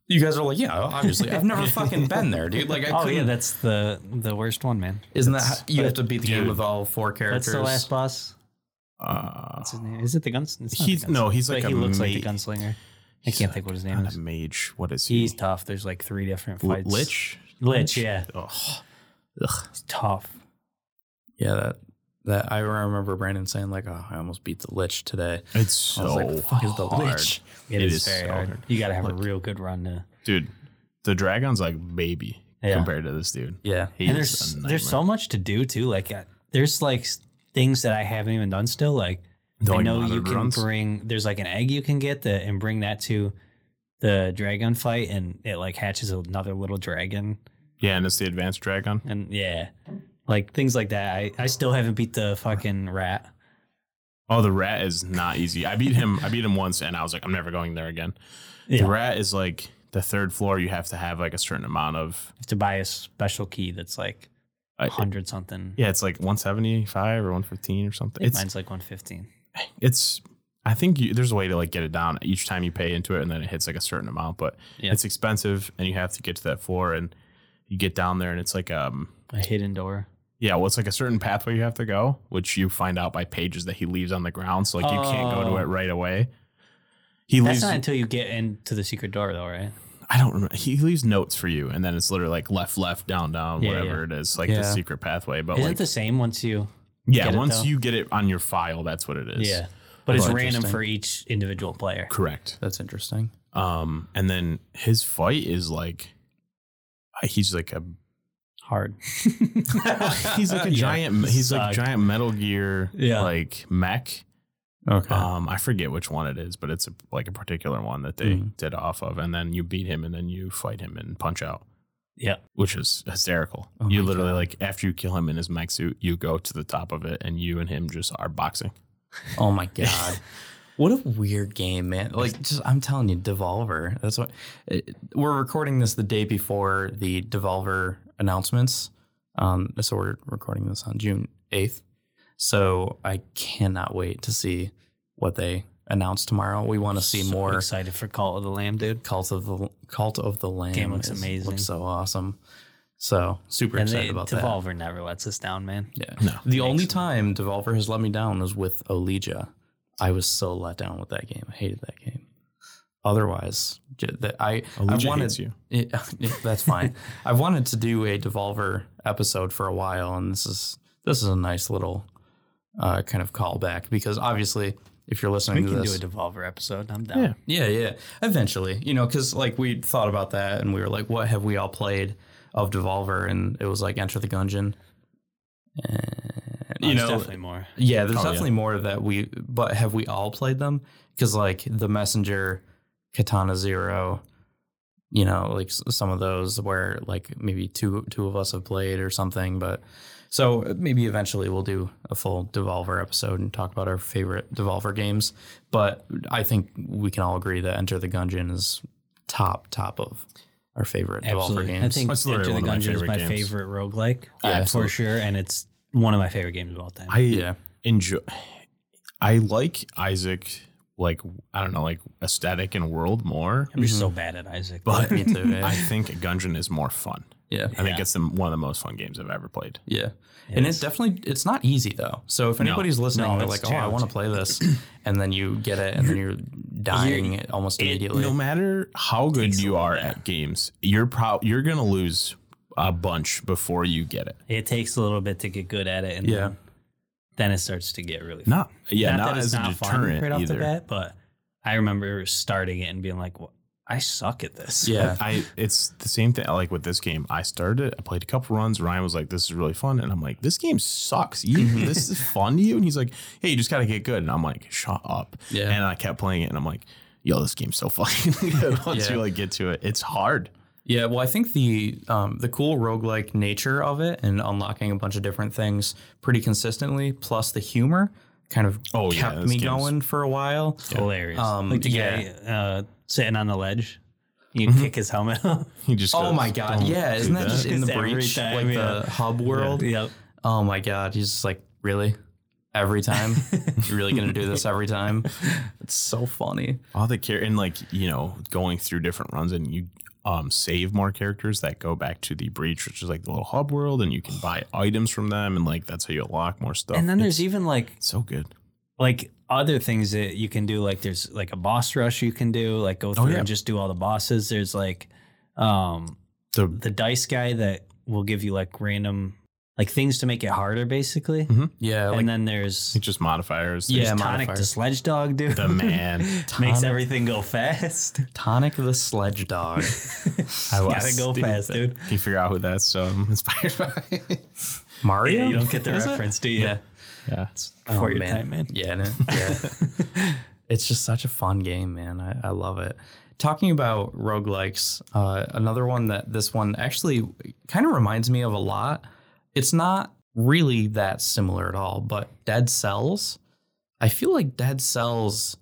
S1: You guys are like, yeah, obviously. [LAUGHS] I've never fucking been there, dude. Like, I
S3: Oh
S1: couldn't.
S3: yeah, that's the the worst one, man.
S1: Isn't that how, you
S3: but
S1: have to beat the game
S2: dude,
S1: with all four characters?
S3: That's the last boss.
S2: Uh,
S3: What's his name? Is it the guns? it's not the
S2: he's no,
S3: gunslinger.
S2: he's
S3: But
S2: like
S3: he
S2: a
S3: looks like
S2: ma-
S3: the gunslinger. I
S2: he's
S3: can't
S2: a-
S3: think what his name
S2: Not a
S3: is.
S2: mage. What is he?
S3: He's tough. There's like three different
S2: L-
S3: fights.
S2: Lich.
S3: Lich, yeah.
S2: Ugh.
S3: He's tough.
S1: Yeah, that that I remember Brandon saying like, "Oh, I almost beat the lich today."
S2: It's
S1: I
S2: so
S1: was like, "The fuck is the
S2: hard.
S1: lich?"
S2: It is
S3: very
S2: so
S3: hard.
S2: hard.
S3: You got to have a
S2: Look.
S3: real good run to.
S2: dude. The dragon's like baby
S3: Yeah.
S2: compared to this dude.
S1: Yeah,
S2: He
S3: and
S2: is
S3: there's
S2: a
S3: there's so
S2: nightmare.
S3: much to do too. Like uh, there's like s- things that I haven't even done still. Like
S2: The,
S3: I
S2: like,
S3: know you
S2: modded
S3: can
S2: runs?
S3: bring there's like an egg you can get that and bring that to the dragon fight, and it like hatches another little dragon.
S2: yeah, and it's the advanced dragon.
S3: and yeah, like things like that. I, I still haven't beat the fucking rat.
S2: Oh, the rat is not easy. I beat him. I beat him once, and I was like, I'm never going there again.
S3: Yeah.
S2: The rat is like the third floor. You have to have like a certain amount of.
S3: You have to buy a special key that's like
S2: I-
S3: hundred something.
S2: yeah, it's like 175 or 115 or
S3: I
S2: something.
S3: think
S2: It's
S3: mine's like one fifteen.
S2: it's I think you, there's a way to like get it down each time you pay into it, and then it hits like a certain amount, but
S3: Yeah.
S2: it's expensive, and you have to get to that floor, and you get down there, and it's like um
S3: A hidden door.
S2: yeah, well, it's like a certain pathway you have to go, which you find out by pages that he leaves on the ground, so like you can't go to
S3: Oh.
S2: it right away. He
S3: That's
S2: leaves.
S3: not until you get into the secret door though, right?
S2: I don't remember. He leaves notes for you, and then it's literally like left, left, down, down,
S3: Yeah,
S2: whatever it is, like the
S1: Yeah.
S2: secret pathway. But
S3: Isn't
S2: like,
S3: it the same once you?
S2: yeah,
S3: get it,
S2: once
S3: though?
S2: you get it on your file, that's what it is.
S3: yeah, but it's
S1: Oh,
S3: random
S1: interesting.
S3: for each individual player.
S2: correct.
S1: that's interesting.
S3: [LAUGHS]
S2: Um, and then his fight is like he's like a
S3: hard.
S2: he's like a
S3: Yeah,
S2: giant. He's like
S3: sucked.
S2: giant Metal Gear.
S3: Yeah.
S2: Like mech.
S1: Okay.
S2: Um, I forget which one it is, but it's a, like a particular one that
S3: Mm-hmm.
S2: they
S1: Mhm.
S2: did off of, and then you beat him, and then you fight him and punch out,
S3: [LAUGHS] Yeah.
S2: which is hysterical.
S1: Oh
S2: you
S1: my
S2: literally
S1: God.
S2: like after you kill him in his mech suit, you go to the top of it, and you and him just are boxing.
S1: oh
S3: [LAUGHS]
S1: my god. What a weird game, man! Like, just I'm telling you, Devolver. That's what it, we're recording this the day before the Devolver announcements. Um, so we're recording this on June 8th. So I cannot wait to see what they announce tomorrow. We want to see
S3: So
S1: more
S3: excited for Call of the Lamb, dude.
S1: Cult of the Cult of the Lamb.
S3: Game looks
S1: is-
S3: amazing.
S1: Looks so awesome. So super
S3: And
S1: excited
S3: they,
S1: about that.
S3: Devolver never lets us down, man.
S1: Yeah.
S2: No.
S1: The only time Devolver has let me down was with Olegia. I was so let down with that game. I hated that game. Otherwise, j- that I
S2: Allegia
S1: I wanted [LAUGHS]
S2: hates you.
S1: It- that's fine. I wanted to do a Devolver episode for a while, and this is this is a nice little uh, kind of callback because obviously, if you're listening
S3: We
S1: to
S3: can
S1: this,
S3: do a Devolver episode. I'm down.
S1: yeah,
S2: Yeah.
S1: yeah. Eventually, you know, because like we thought about that and we were like, what have we all played of Devolver? And it was like Enter the Gungeon. And,
S3: Oh,
S1: you
S3: it's
S1: know,
S3: definitely more.
S1: yeah, there's
S2: Oh, yeah.
S1: definitely more of that. We, but have we all played them? Because like the Messenger, Katana Zero, you know, like s- some of those where like maybe two two of us have played or something. But so maybe eventually we'll do a full Devolver episode and talk about our favorite Devolver games. But I think we can all agree that Enter the Gungeon is top top of our favorite Devolver
S3: Absolutely.
S1: games.
S3: I think
S2: That's
S3: Enter
S2: literally
S3: the
S2: one of my
S3: Gungeon is
S2: favorite
S3: my
S2: games.
S3: favorite roguelike.
S2: Yeah,
S3: Yeah, for
S2: absolutely.
S3: sure. And it's one of my favorite games of all time.
S2: I
S1: yeah,
S2: enjoy. I like Isaac. Like I don't know, like aesthetic and world more,
S3: I'm just so bad at Isaac.
S2: Mm-hmm. but
S1: me
S3: [LAUGHS]
S1: too.
S2: I
S1: Yeah,
S2: think Gungeon is more fun.
S1: yeah.
S2: I think
S3: Yeah.
S2: it's the, one of the most fun games I've ever played.
S1: Yeah. and it's
S3: Yes.
S1: definitely it's not easy though. So if
S2: No.
S1: anybody's listening,
S2: No,
S1: they're
S2: it's
S1: like, "Oh, I want to play
S2: [CLEARS THROAT]
S1: this," and then you get it, and then you're dying almost immediately.
S2: no matter how good you are at games, you're pro- you're gonna lose a bunch before you get it.
S3: it takes a little bit to get good at it. And
S1: Yeah.
S3: Then, then it starts to get really fun.
S2: Not yeah, not,
S3: that
S2: as
S3: it's
S2: a
S3: fun
S2: deterrent
S3: right off the
S2: either.
S3: bat, but I remember starting it and being like, well, I suck at this.
S1: yeah,
S2: I it's the same thing like with this game. I started it, I played a couple runs, Ryan was like, This is really fun, and I'm like, This game sucks. You this is fun to you? And he's like, Hey, you just gotta get good. And I'm like, Shut up.
S1: Yeah.
S2: And I kept playing it and I'm like, Yo, this game's so [LAUGHS] fucking good. Once
S1: Yeah.
S2: you like get to it, it's hard.
S1: yeah. Well, I think the um, the cool roguelike nature of it and unlocking a bunch of different things pretty consistently, plus the humor, kind of
S2: Oh, yeah,
S1: kept
S2: this
S1: me
S2: game's-
S1: going for a while.
S3: [LAUGHS] Hilarious.
S1: Um,
S3: like the
S1: yeah.
S3: guy uh, sitting on the ledge. You
S2: Mm-hmm.
S3: kick his helmet [LAUGHS] off.
S2: [LAUGHS] He just
S1: Oh
S2: goes,
S1: my god,
S2: "Don't
S1: yeah!
S2: do
S1: Isn't that,
S2: that."
S1: just in the
S3: It's every
S1: breach,
S3: time,
S1: like
S3: yeah.
S1: the hub world?
S3: yep.
S1: Oh my god, he's just like, really? Every time? You're really gonna do this every time? [LAUGHS] It's so funny.
S2: all the care and like you know going through different runs and you um save more characters that go back to the breach which is like the little hub world and you can buy items from them and like that's how you unlock more stuff
S3: And then
S2: It's
S3: there's even like
S2: so good
S3: like other things that you can do. Like there's like a boss rush you can do. Like go through
S2: Oh, yeah.
S3: and just do all the bosses. There's like um,
S2: the
S3: the dice guy that will give you like random like things to make it harder, basically.
S1: Yeah, like
S3: and then there's
S2: it's just modifiers
S1: Yeah.
S3: there's tonic to
S1: modifiers.
S3: sledge dog,
S1: [LAUGHS]
S3: dude.
S2: the man
S3: [LAUGHS] Makes
S1: Tonic.
S3: everything
S1: [LAUGHS]
S3: go fast.
S1: Tonic the Sledge [LAUGHS] Dog.
S2: I
S3: Gotta go fast, dude.
S2: Can you figure out who that's um, [LAUGHS] inspired by?
S1: Mario?
S3: Yeah, you don't get the
S1: Is it?
S3: reference, do you?
S1: Yeah.
S2: yeah.
S1: Oh,
S3: For your time, man.
S1: Yeah,
S2: [LAUGHS]
S1: no, yeah. it's just such a fun game, man. I, I love it. Talking about roguelikes, uh, another one that this one actually kind of reminds me of a lot. It's not really that similar at all, but Dead Cells. I feel like Dead Cells,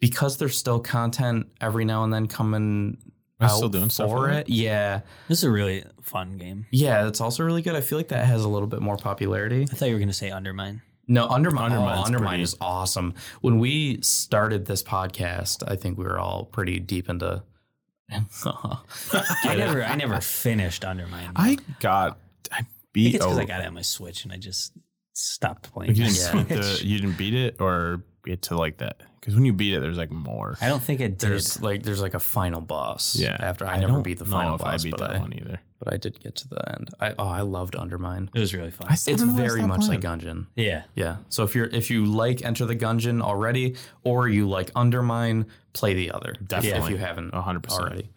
S1: because there's still content every now and then coming
S2: They're
S1: out
S2: still doing
S1: for
S2: stuff with
S1: it. Yeah.
S3: This is a really fun game.
S1: Yeah, that's also really good. I feel like that has a little bit more popularity.
S3: I thought you were gonna
S1: [LAUGHS]
S3: say Undermine.
S1: No, Undermine,
S2: Undermine's
S1: oh, Undermine
S2: pretty-
S1: is awesome. When we started this podcast, I think we were all pretty deep into. [LAUGHS]
S3: I never, I never finished Undermine. I
S2: I got I
S3: think
S2: beat.
S3: it's because
S2: oh,
S3: I got it on my Switch and I just stopped
S2: you
S3: playing.
S2: didn't
S1: Yeah. [LAUGHS]
S2: beat the, you didn't beat it or get to like that because when you beat it, there's like more.
S3: I don't think
S2: [LAUGHS]
S3: it did.
S1: there's like there's like a final boss.
S2: Yeah.
S1: After I, never
S2: don't
S1: beat the
S2: know
S1: final
S2: if
S1: boss,
S2: I beat
S1: but,
S2: that
S1: I,
S2: one either.
S1: but I did get to the end. I oh I loved Undermine.
S3: it was really fun.
S1: It's very much like Gungeon.
S3: yeah,
S1: Yeah. So if you're if you like Enter the Gungeon already, or you like Undermine, play the other. if-
S2: Definitely.
S1: If you haven't
S2: 100%.
S1: already.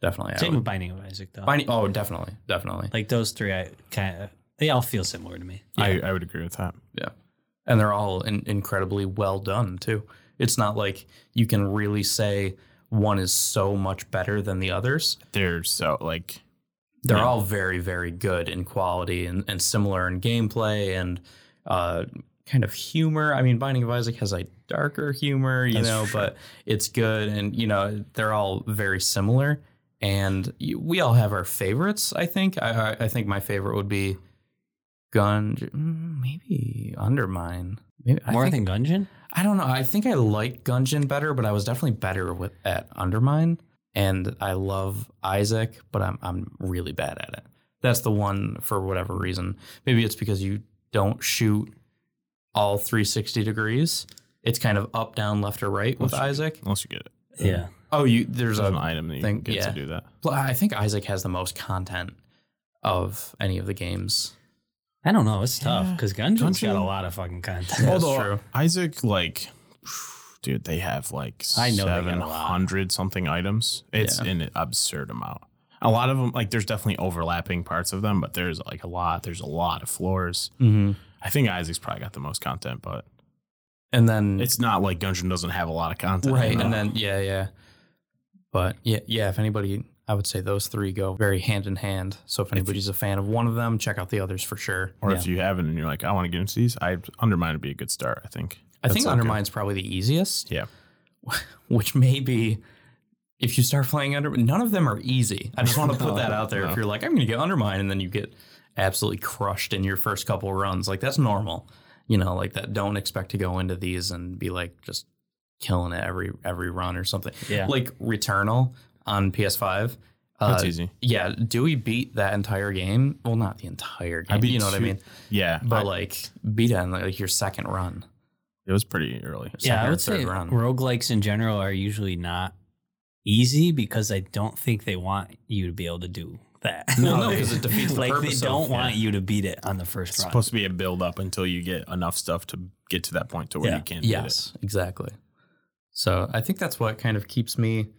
S1: Definitely. I
S3: Same
S1: would-
S3: with Binding of Isaac, though.
S1: Oh. Binding- oh, definitely. Definitely.
S3: like those three, I kind of they all feel similar to me.
S2: I, I would agree with that.
S1: Yeah. And they're all in- incredibly well done, too. It's not like you can really say one is so much better than the others.
S2: They're so like
S1: They're
S2: Yeah.
S1: all very, very good in quality and, and similar in gameplay and uh, kind of humor. I mean, Binding of Isaac has a darker humor, you
S2: That's
S1: know,
S2: true.
S1: but it's good. And, you know, they're all very similar. And you, we all have our favorites, I think. I, I, I think my favorite would be Gun, mm, maybe Undermine. Maybe,
S3: More
S1: I think,
S3: than Gungeon?
S1: I don't know. I think I like Gungeon better, but I was definitely better with at Undermine. And I love Isaac, but I'm I'm really bad at it. That's the one for whatever reason. Maybe it's because you don't shoot all 360 degrees. It's kind of up, down, left, or right with
S2: Unless
S1: Isaac.
S2: unless you get it.
S3: Yeah.
S1: Oh, you there's
S2: There's an
S1: a.
S2: item that you
S1: think-
S2: get
S1: yeah.
S2: to do that.
S1: Well, I think Isaac has the most content of any of the games.
S3: I don't know. It's tough
S2: Yeah.
S3: because Gungeon's got a
S2: Gungeon-
S3: lot of fucking
S1: Yeah,
S3: content.
S1: that's
S2: Although
S1: true.
S2: Isaac, like, dude, they have like
S3: I know they got a
S2: seven
S3: lot.
S2: hundred something items. It's
S1: Yeah.
S2: an absurd amount. A lot of them, like, there's definitely overlapping parts of them, but there's like a lot. There's a lot of floors.
S1: Mm-hmm.
S2: I think Isaac's probably got the most content, but
S1: And then
S2: it's not like Gungeon doesn't have a lot of content,
S1: right
S2: you know?
S1: and then yeah yeah but yeah yeah if anybody i would say those three go very hand in hand so if anybody's a fan of one of them check out the others for sure
S2: or if you haven't and you're like, I want to get into these, I Undermine would be a good start. I think.
S1: i
S2: That's
S1: think
S2: all good.
S1: undermine's probably the easiest
S2: Yeah.
S1: which may be if you start playing under none of them are easy i just want
S2: [LAUGHS]
S1: to put that out there if
S2: no.
S1: you're like i'm going to get undermine and then you get absolutely crushed in your first couple runs like that's normal you know like that don't expect to go into these and be like just killing it every every run or something
S3: Yeah.
S1: like returnal on ps5 uh,
S2: That's easy.
S1: Yeah, Dewey beat that entire game. Well, not the entire game.
S2: beat
S1: you know what I
S2: two-
S1: mean?
S2: Yeah.
S1: But
S2: I-
S1: like beat it on like your second run.
S2: it was pretty early.
S3: [LAUGHS] yeah,
S1: second
S3: I
S1: or
S3: would
S1: third
S3: say
S1: run.
S3: roguelikes in general are usually not easy because I don't think they want you to be able to do that.
S1: Well, no, 'cause it defeats the
S3: [LAUGHS] like
S1: purpose
S3: they
S1: of-
S3: don't want you to beat it on the first
S2: It's
S3: run.
S2: supposed to be a build up until you get enough stuff to get to that point to where
S3: Yeah.
S2: you can. beat it.
S1: Yes, exactly. So I think that's what kind of keeps me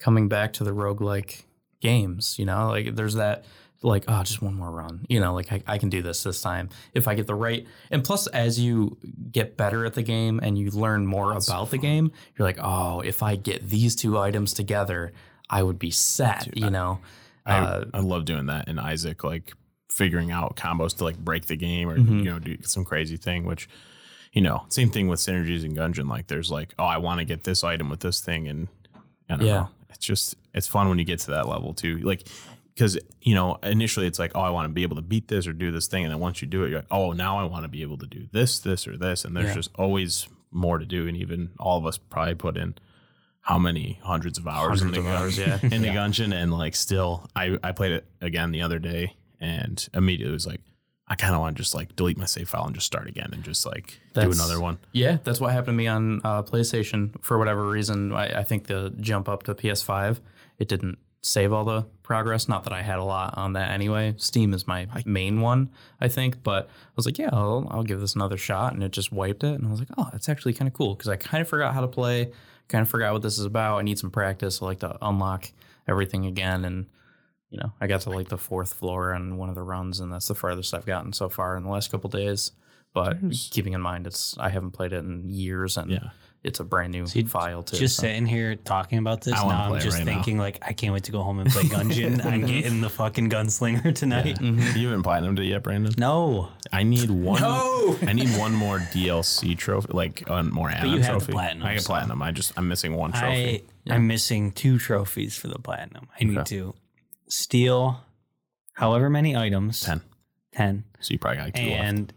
S1: coming back to the roguelike games, you know? Like there's that like, oh, just one more run. You know, like I, I can do this this time if I get the right and plus as you get better at the game and you learn more about the game, you're like, oh, if I get these two items together, I would be set, you know.
S2: I,
S1: Uh,
S2: I love doing that in Isaac, like figuring out combos to like break the game or
S1: Mhm.
S2: you know do some crazy thing. Which you know, same thing with synergies in Gungeon. Like there's like, oh, I want to get this item with this thing, and I don't
S1: Yeah.
S2: know. It's just it's fun when you get to that level too, like because you know initially it's like, oh, I want to be able to beat this or do this thing, and then once you do it, you're like, oh, now I want to be able to do this, this, or this, and there's
S1: Yeah.
S2: just always more to do, and even all of us probably put in. How many hundreds of hours in
S1: Hundreds
S2: the
S1: of
S2: Gun-
S1: hours, yeah.
S2: [LAUGHS] in the dungeon and like still I, I played it again the other day and immediately was like I kind of want to just like delete my save file and just start again and just like do
S1: That's-
S2: another one.
S1: Yeah, that's what happened to me on uh, PlayStation. For whatever reason, I, I think the jump up to PS5, it didn't save all the progress. Not that I had a lot on that anyway. Steam is my main one, I think. But I was like, yeah, I'll, I'll give this another shot, and it just wiped it. And I was like, oh, that's actually kind of cool because I kind of forgot how to play, kind of forgot what this is about. I need some practice. I like to unlock everything again and. You know, I got to like the fourth floor on one of the runs, and that's the farthest I've gotten so far in the last couple days. But
S2: There's-
S1: keeping in mind it's I haven't played it in years and
S2: Yeah.
S1: it's a brand new
S3: See,
S1: file too.
S3: just
S1: so-
S3: sitting here talking about this,
S2: I wanna
S3: now
S2: play
S3: I'm
S2: it
S3: just
S2: right now.
S3: thinking like I can't wait to go home and play Gungeon. I'm getting the fucking gunslinger [LAUGHS] tonight.
S2: [LAUGHS]
S1: Mm-hmm. [LAUGHS]
S2: You haven't platinumed it yet, Brandon?
S3: No,
S2: I need one. I need one more DLC trophy, like one more add-on
S3: you have the
S2: trophy.
S3: platinum,
S2: I get
S3: so-
S2: platinum. I just I'm missing one trophy.
S3: I I'm missing two trophies for the platinum. I need to steal however many items.
S2: Ten.
S3: Ten.
S2: so you probably got two left.
S3: and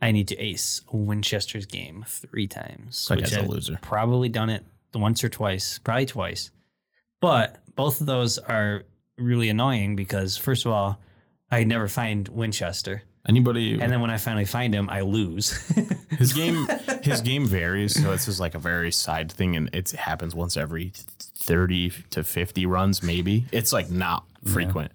S3: I need to ace Winchester's game three times.
S2: So I guess a
S3: I've
S2: loser.
S3: Probably done it once or twice, probably twice. But both of those are really annoying because first of all, I never find Winchester,
S2: Anybody?
S3: and then when I finally find him, I lose. [LAUGHS]
S2: his game his game varies, so it's just like a very side thing, and it's, it happens once every thirty to fifty runs, maybe. It's like not frequent,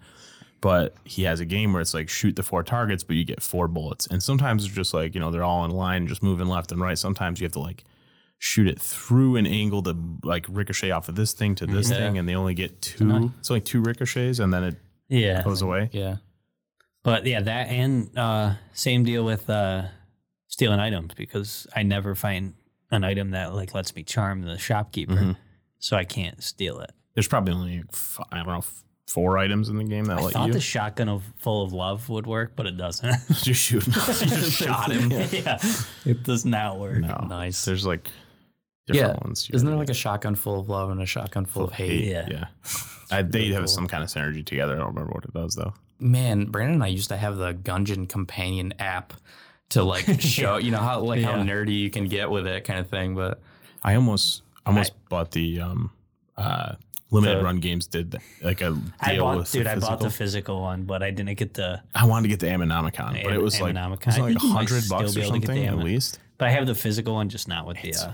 S2: but he has a game where it's like shoot the four targets, but you get four bullets, and sometimes it's just like you know they're all in line, just moving left and right. Sometimes you have to like shoot it through an angle to like ricochet off of this thing to this
S1: Yeah.
S2: thing, and they only get two. It's only two ricochets, and then it
S3: Yeah.
S2: goes away.
S1: Yeah.
S3: But yeah, that and uh, same deal with uh, stealing items because I never find an item that like lets me charm the shopkeeper,
S2: Mhm.
S3: so I can't steal it.
S2: There's probably only f- I don't know f- four items in the game that
S3: I
S2: let
S3: thought
S2: you [LAUGHS]
S3: the shotgun of full of love would work, but it doesn't. [LAUGHS]
S2: just shoot. you just shot him.
S3: yeah. it does not work.
S2: No,
S1: Nice.
S2: There's like
S1: Yeah.
S2: different ones. you
S1: Isn't
S2: gotta
S1: there
S2: do.
S1: like a shotgun full of love and a shotgun full of hate?
S3: Yeah. [LAUGHS]
S2: Yeah. I, they
S1: really
S2: have
S1: cool.
S2: some kind of synergy together. I don't remember what it does though.
S1: Man, Brandon and I used to have the Gungeon Companion app to like [LAUGHS] show, you know, how like how
S3: Yeah.
S1: nerdy you can get with it kind of thing. But
S2: I almost almost bought the um uh limited
S3: The-
S2: run games did that, like a deal
S3: I bought,
S2: with
S3: dude,
S2: the
S3: I bought
S2: physical.
S3: the physical one, but I didn't get the.
S2: I wanted to get the Aminomicon, but it was like
S3: Aminomicon.
S2: it was
S3: I
S2: like
S3: think you might
S2: hundred
S3: still
S2: bucks
S3: be
S2: or
S3: able to get
S2: something
S3: the
S2: at
S3: Amin-
S2: least.
S3: But I have the physical one, just not with the uh,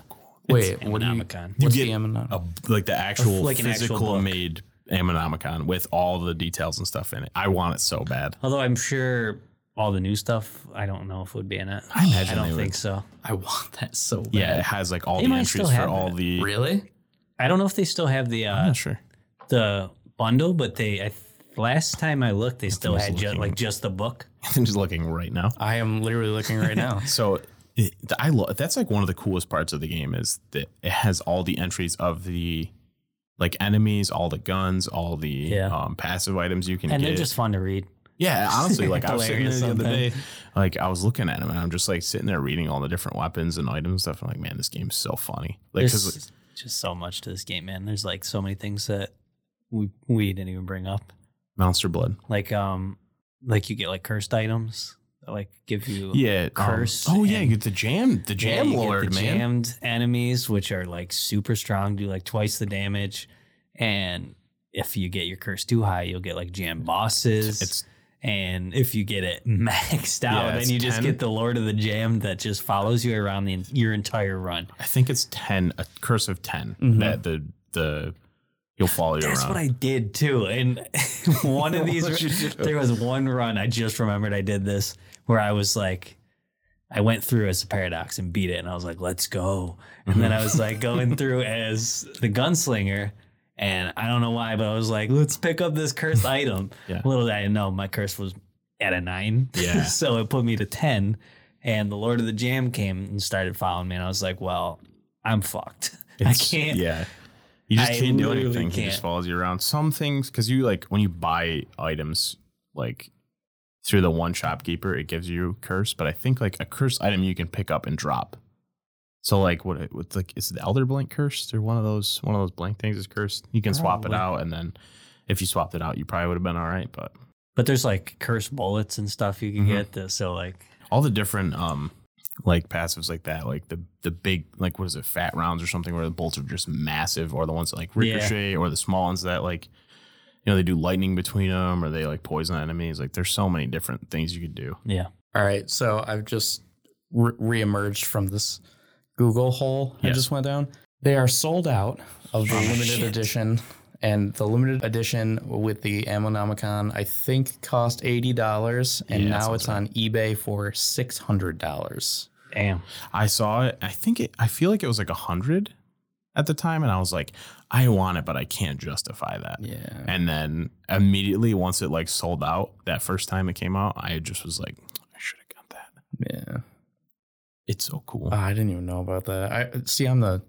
S1: wait, what do you? Oh,
S3: Aminomicon.
S1: What's
S2: get
S1: the Aminom-
S2: A, like the actual
S3: like an actual
S2: physical
S3: book.
S2: made Aminomicon with all the details and stuff in it. I want it so bad.
S3: Although I'm sure all the new stuff, I don't know if would be in it.
S2: I imagine
S3: I don't
S2: they would.
S3: think so.
S1: I want that so bad.
S2: Yeah, it has like all
S3: They
S2: the
S3: might
S2: entries
S3: still
S2: for
S3: have
S2: all
S3: it.
S2: the.
S1: Really?
S3: I don't know if they still have the
S2: I'm
S3: uh,
S2: not sure. [LAUGHS]
S3: the bundle, but they I, th- last time I looked, they still
S2: was
S3: had just
S2: looking.
S3: like just the book.
S2: I'm just looking right now.
S1: I am literally looking [LAUGHS] right now.
S2: So it, I love that's like one of the coolest parts of the game is that it has all the entries of the like enemies, all the guns, all the
S3: Yeah.
S2: um, passive items you can
S3: And
S2: get.
S3: they're just fun to read.
S2: yeah,
S3: [LAUGHS]
S2: honestly, like I was sitting there
S3: Hilarious
S2: the other day,
S3: sometimes.
S2: like I was looking at them and I'm just like sitting there reading all the different weapons and items and stuff. I'm like, man, this game's so funny. Like,
S3: There's
S2: 'cause
S3: just so much to this game, man. There's like so many things that we we didn't even bring up.
S2: Monster Blood.
S3: Like um like you get like cursed items that like give you
S2: Yeah, um,
S3: Curse
S2: oh yeah,
S3: and-
S2: you get the jam, the
S3: Yeah,
S2: jam
S3: you get
S2: lord,
S3: the
S2: man.
S3: Jammed enemies, which are like super strong, do like twice the damage. And if you get your curse too high, you'll get like jammed bosses.
S2: It's
S3: and if you get it [LAUGHS] maxed
S2: Yeah,
S3: out, then
S2: it's
S3: you just
S2: 10.
S3: get the Lord of the Jam that just follows you around the, your entire run.
S2: I think it's ten, a curse of 10
S1: Mhm.
S2: that the the you'll follow you
S3: Mm-hmm. That's
S2: around.
S3: what I did too. And [LAUGHS] one of
S1: What'd you
S2: [LAUGHS]
S3: these,
S1: do?
S3: there was one run I just remembered I did this where I was like, I went through as a paradox and beat it, and I was like, let's go. And then I was
S2: Mm-hmm.
S3: like going
S2: [LAUGHS]
S3: through as the gunslinger. And I don't know why, but I was like, let's pick up this
S2: [LAUGHS]
S3: cursed item.
S2: Yeah.
S3: Little did I know my curse was at a nine.
S2: Yeah.
S3: [LAUGHS] so it put me to 10. And the Lord of the Jam came and started following me. And I was like, well, I'm fucked.
S2: It's-
S3: I can't.
S2: Yeah. You just
S3: I
S2: can't do
S3: literally
S2: anything. He just
S3: can't.
S2: follows you around. Some things, because you like when you buy items like through the one shopkeeper, it gives you curse. But I think like a curse item you can pick up and drop. So like what? What's like? Is the elder blank cursed or one of those? One of those blank things is cursed. You can swap it
S1: Probably.
S2: out, and then if you swapped it out, you probably would have been all right. But
S3: But there's like cursed bullets and stuff you can
S1: Mm-hmm.
S2: Mhm.
S3: get. That, so like,
S2: all the different um like passives like that, like the the big like what is it, fat rounds or something where the bolts are just massive, or the ones that like
S3: Yeah.
S2: ricochet, or the small ones that like you know they do lightning between them, or they like poison enemies. Like there's so many different things you could do.
S3: yeah,
S1: All right, so I've just re- reemerged from this Google hole I
S2: Yes. Oh,
S1: just went down. They are sold out of the limited
S3: shit.
S1: edition, and the limited edition with the Ammonomicon I think cost eighty dollars, and
S2: Yeah, that
S1: now
S2: sounds
S1: it's on eBay for six hundred dollars.
S3: damn.
S2: I saw it. I think it. I feel like it was like a hundred at the time, and I was like, I want it, but I can't justify that.
S1: Yeah,
S2: And then immediately once it like sold out that first time it came out, I just was like, I should have got that.
S1: yeah.
S2: It's so cool.
S1: Oh, I didn't even know about that. I see. I'm the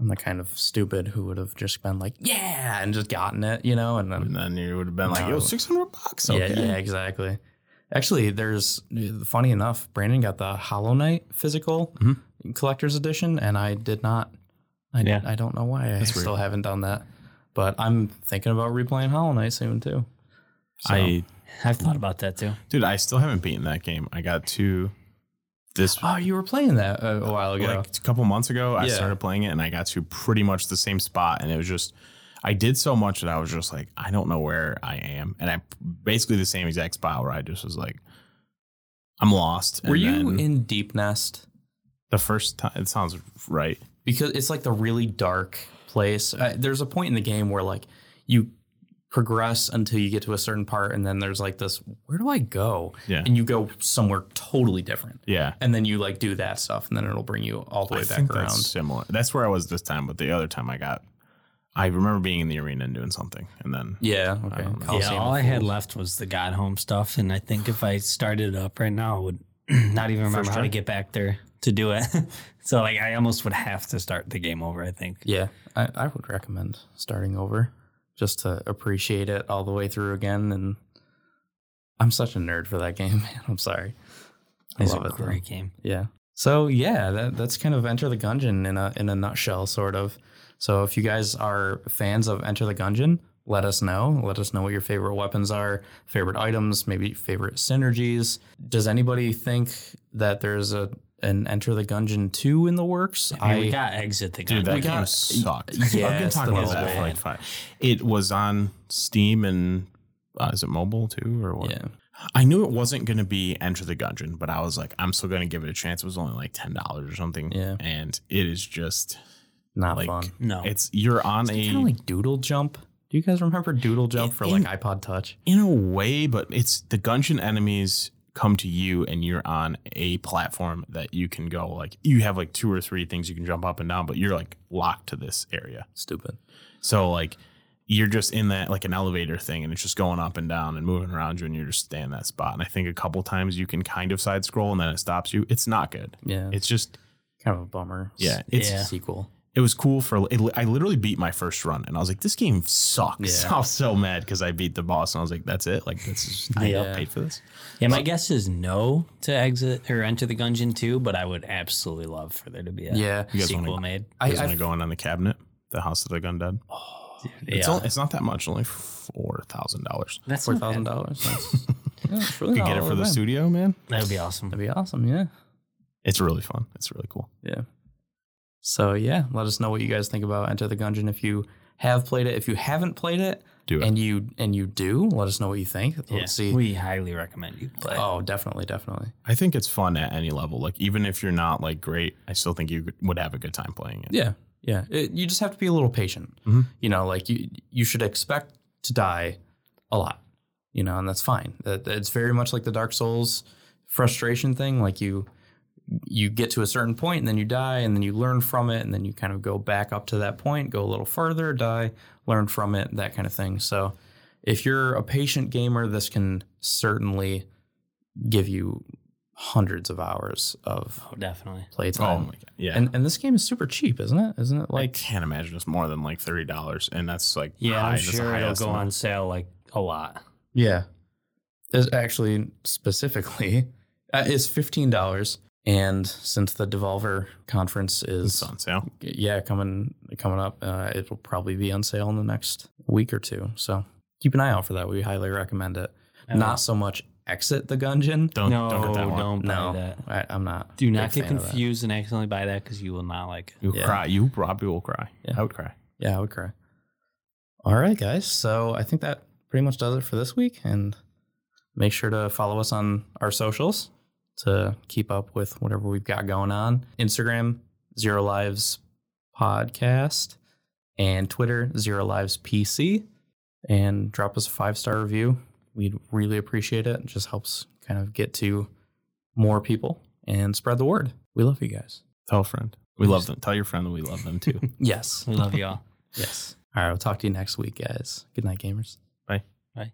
S1: I'm the kind of stupid who would have just been like, yeah, and just gotten it, you know, and then
S2: and then you would have been like,
S1: Mm. No.
S2: yo, 600 bucks.
S1: Yeah, yeah, exactly. Actually, there's funny enough, Brandon got the Hollow Knight physical
S2: Mhm.
S1: collector's edition, and I did not. I,
S3: Yeah.
S1: I don't know why. I
S2: That's weird.
S1: still haven't done that. But I'm thinking about replaying Hollow Knight soon too. So,
S2: I,
S3: I've thought about that too.
S2: dude, I still haven't beaten that game. I got to this
S1: oh, you were playing that a, a while ago.
S2: like a couple months ago. I
S1: Yeah.
S2: started playing it and I got to pretty much the same spot. And it was just, I did so much that I was just like, I don't know where I am. And I basically the same exact spot where I just was like, I'm lost.
S1: were
S2: And
S1: you
S2: then
S1: in Deep Nest?
S2: the first time? It sounds right.
S1: because it's like the really dark place. Uh, there's a point in the game where like you progress until you get to a certain part, and then there's like this, where do I go?
S2: Yeah.
S1: And you go somewhere totally different.
S2: Yeah.
S1: And then you like do that stuff, and then it'll bring you all the way
S2: I
S1: back
S2: think
S1: around.
S2: that's similar. That's where I was this time, but the other time I got, I remember being in the arena and doing something, and then
S1: Um, Yeah. Okay.
S2: don't know.
S3: Yeah,
S1: Coliseum
S3: all
S1: of
S3: I had
S1: Fools.
S3: left was the God Home stuff, and I think if I started it up right now, I would [CLEARS THROAT] not even remember
S2: First
S3: how to
S2: try?
S3: get back there to do it. [LAUGHS] so like, I almost would have to start the game over. I think.
S1: Yeah, I, I would recommend starting over just to appreciate it all the way through again. And I'm such a nerd for that [LAUGHS] game, man. I'm sorry. I
S3: It's
S1: love
S3: a
S1: it. though.
S3: great game.
S1: Yeah. So yeah, that, that's kind of Enter the Gungeon in a in a nutshell, sort of. So if you guys are fans of Enter the Gungeon, let us know. Let us know what your favorite weapons are, favorite items, maybe favorite synergies. Does anybody think that there's a an Enter the Gungeon two in the works?
S3: I mean, we got exit the
S2: Dude, that
S3: we
S2: game
S3: got
S2: sucked.
S1: yeah,
S2: I've been
S1: it's
S2: talking
S1: the most
S2: about that for like
S1: bad.
S2: five. It was on Steam and uh, is it mobile too or what?
S1: yeah.
S2: I knew it wasn't going to be Enter the Gungeon, but I was like, I'm still going to give it a chance. It was only like ten dollars or something.
S1: Yeah.
S2: and it is just
S1: Not
S2: like
S1: fun.
S3: no.
S2: it's you're on a
S1: kind of like Doodle Jump. Do you guys remember Doodle Jump for like
S2: in-
S1: iPod Touch?
S2: in a way, but it's the Gungeon enemies come to you and you're on a platform that you can go like you have like two or three things you can jump up and down, but you're like locked to this area.
S1: Stupid.
S2: So like you're just in that like an elevator thing and it's just going up and down and moving around you and you're just staying in that spot. And I think a couple times you can kind of side scroll and then it stops you. It's not good.
S1: Yeah, it's
S2: It's just
S1: kind of a bummer.
S2: yeah,
S1: S-
S2: it's
S3: Yeah.
S1: sequel.
S2: it was cool for it, I literally beat my first run and I was like this game sucks. [LAUGHS]
S1: Yeah.
S2: I was so mad because I beat the boss and I was like that's it. Like this is I
S1: Yeah.
S2: paid for this.
S3: yeah, my guess is no to exit or enter the Gungeon too, but I would absolutely love for there to be a
S1: Yeah,
S2: You guys
S3: sequel
S2: wanna-
S3: made.
S1: I,
S2: You guys want
S1: I
S2: to go in on the cabinet, the House of the Gun Dead. It's,
S3: yeah.
S2: only, it's not that much, only four thousand dollars. [LAUGHS]
S3: That's
S1: four
S3: not bad.
S1: thousand dollars. You
S2: You could get it for the studio, man.
S3: That would be awesome.
S1: That'd be awesome. Yeah,
S2: It's really fun. It's really cool.
S1: yeah. So yeah, let us know what you guys think about Enter the Gungeon if you have played it. If you haven't played it,
S2: Do it.
S1: and you and you do, let us know what you think. Let's
S3: Yeah.
S1: see.
S3: We highly recommend you play.
S1: oh, definitely, definitely.
S2: I think it's fun at any level. Like even if you're not like great, I still think you would have a good time playing it.
S1: Yeah, yeah. It, you just have to be a little patient.
S2: Mhm.
S1: You know, like you you should expect to die a lot. You know, and that's fine. That it's very much like the Dark Souls frustration thing. Like you you get to a certain point and then you die and then you learn from it and then you kind of go back up to that point, go a little further, die, learn from it, that kind of thing. So if you're a patient gamer, this can certainly give you hundreds of hours of
S3: Oh, definitely.
S2: Oh
S1: playtime.
S2: my god. Yeah.
S1: And and this game is super cheap, isn't it? Isn't it
S2: I
S1: like
S2: can't imagine it's more than like thirty dollars, and that's like
S3: Yeah,
S2: high,
S3: I'm
S2: that's the
S3: sure it'll
S2: highest
S3: go
S2: amount.
S3: on sale like a lot.
S1: yeah? There's actually specifically [LAUGHS] uh, is fifteen dollars, and since the Devolver conference
S2: It's
S1: is
S2: on sale.
S1: yeah coming coming up, uh, it'll probably be on sale in the next week or two. So keep an eye out for that. We highly recommend it. Not so much exit the Gungeon.
S2: Don't
S3: no,
S2: don't get that one.
S3: don't buy
S1: No,
S3: that.
S1: I, I'm not.
S3: Do
S1: a
S3: not
S1: big
S3: get
S1: fan of that.
S3: confused and accidentally buy that because you will not like it.
S2: You
S1: Yeah.
S2: cry. You probably will cry.
S1: Yeah.
S2: I would cry.
S1: Yeah, I would cry. All right, guys. So I think that pretty much does it for this week. And make sure to follow us on our socials to keep up with whatever we've got going on. Instagram, Zero Lives Podcast, and Twitter, Zero Lives PC. And drop us a five star review. We'd really appreciate it. It just helps kind of get to more people and spread the word. We love you guys.
S2: Tell a friend. We love them. Tell your friend that we love them
S3: [LAUGHS]
S2: too.
S1: Yes.
S3: We love y'all.
S1: Yes. All right. We'll talk to you next week, guys. Good night, gamers.
S2: Bye.
S3: Bye.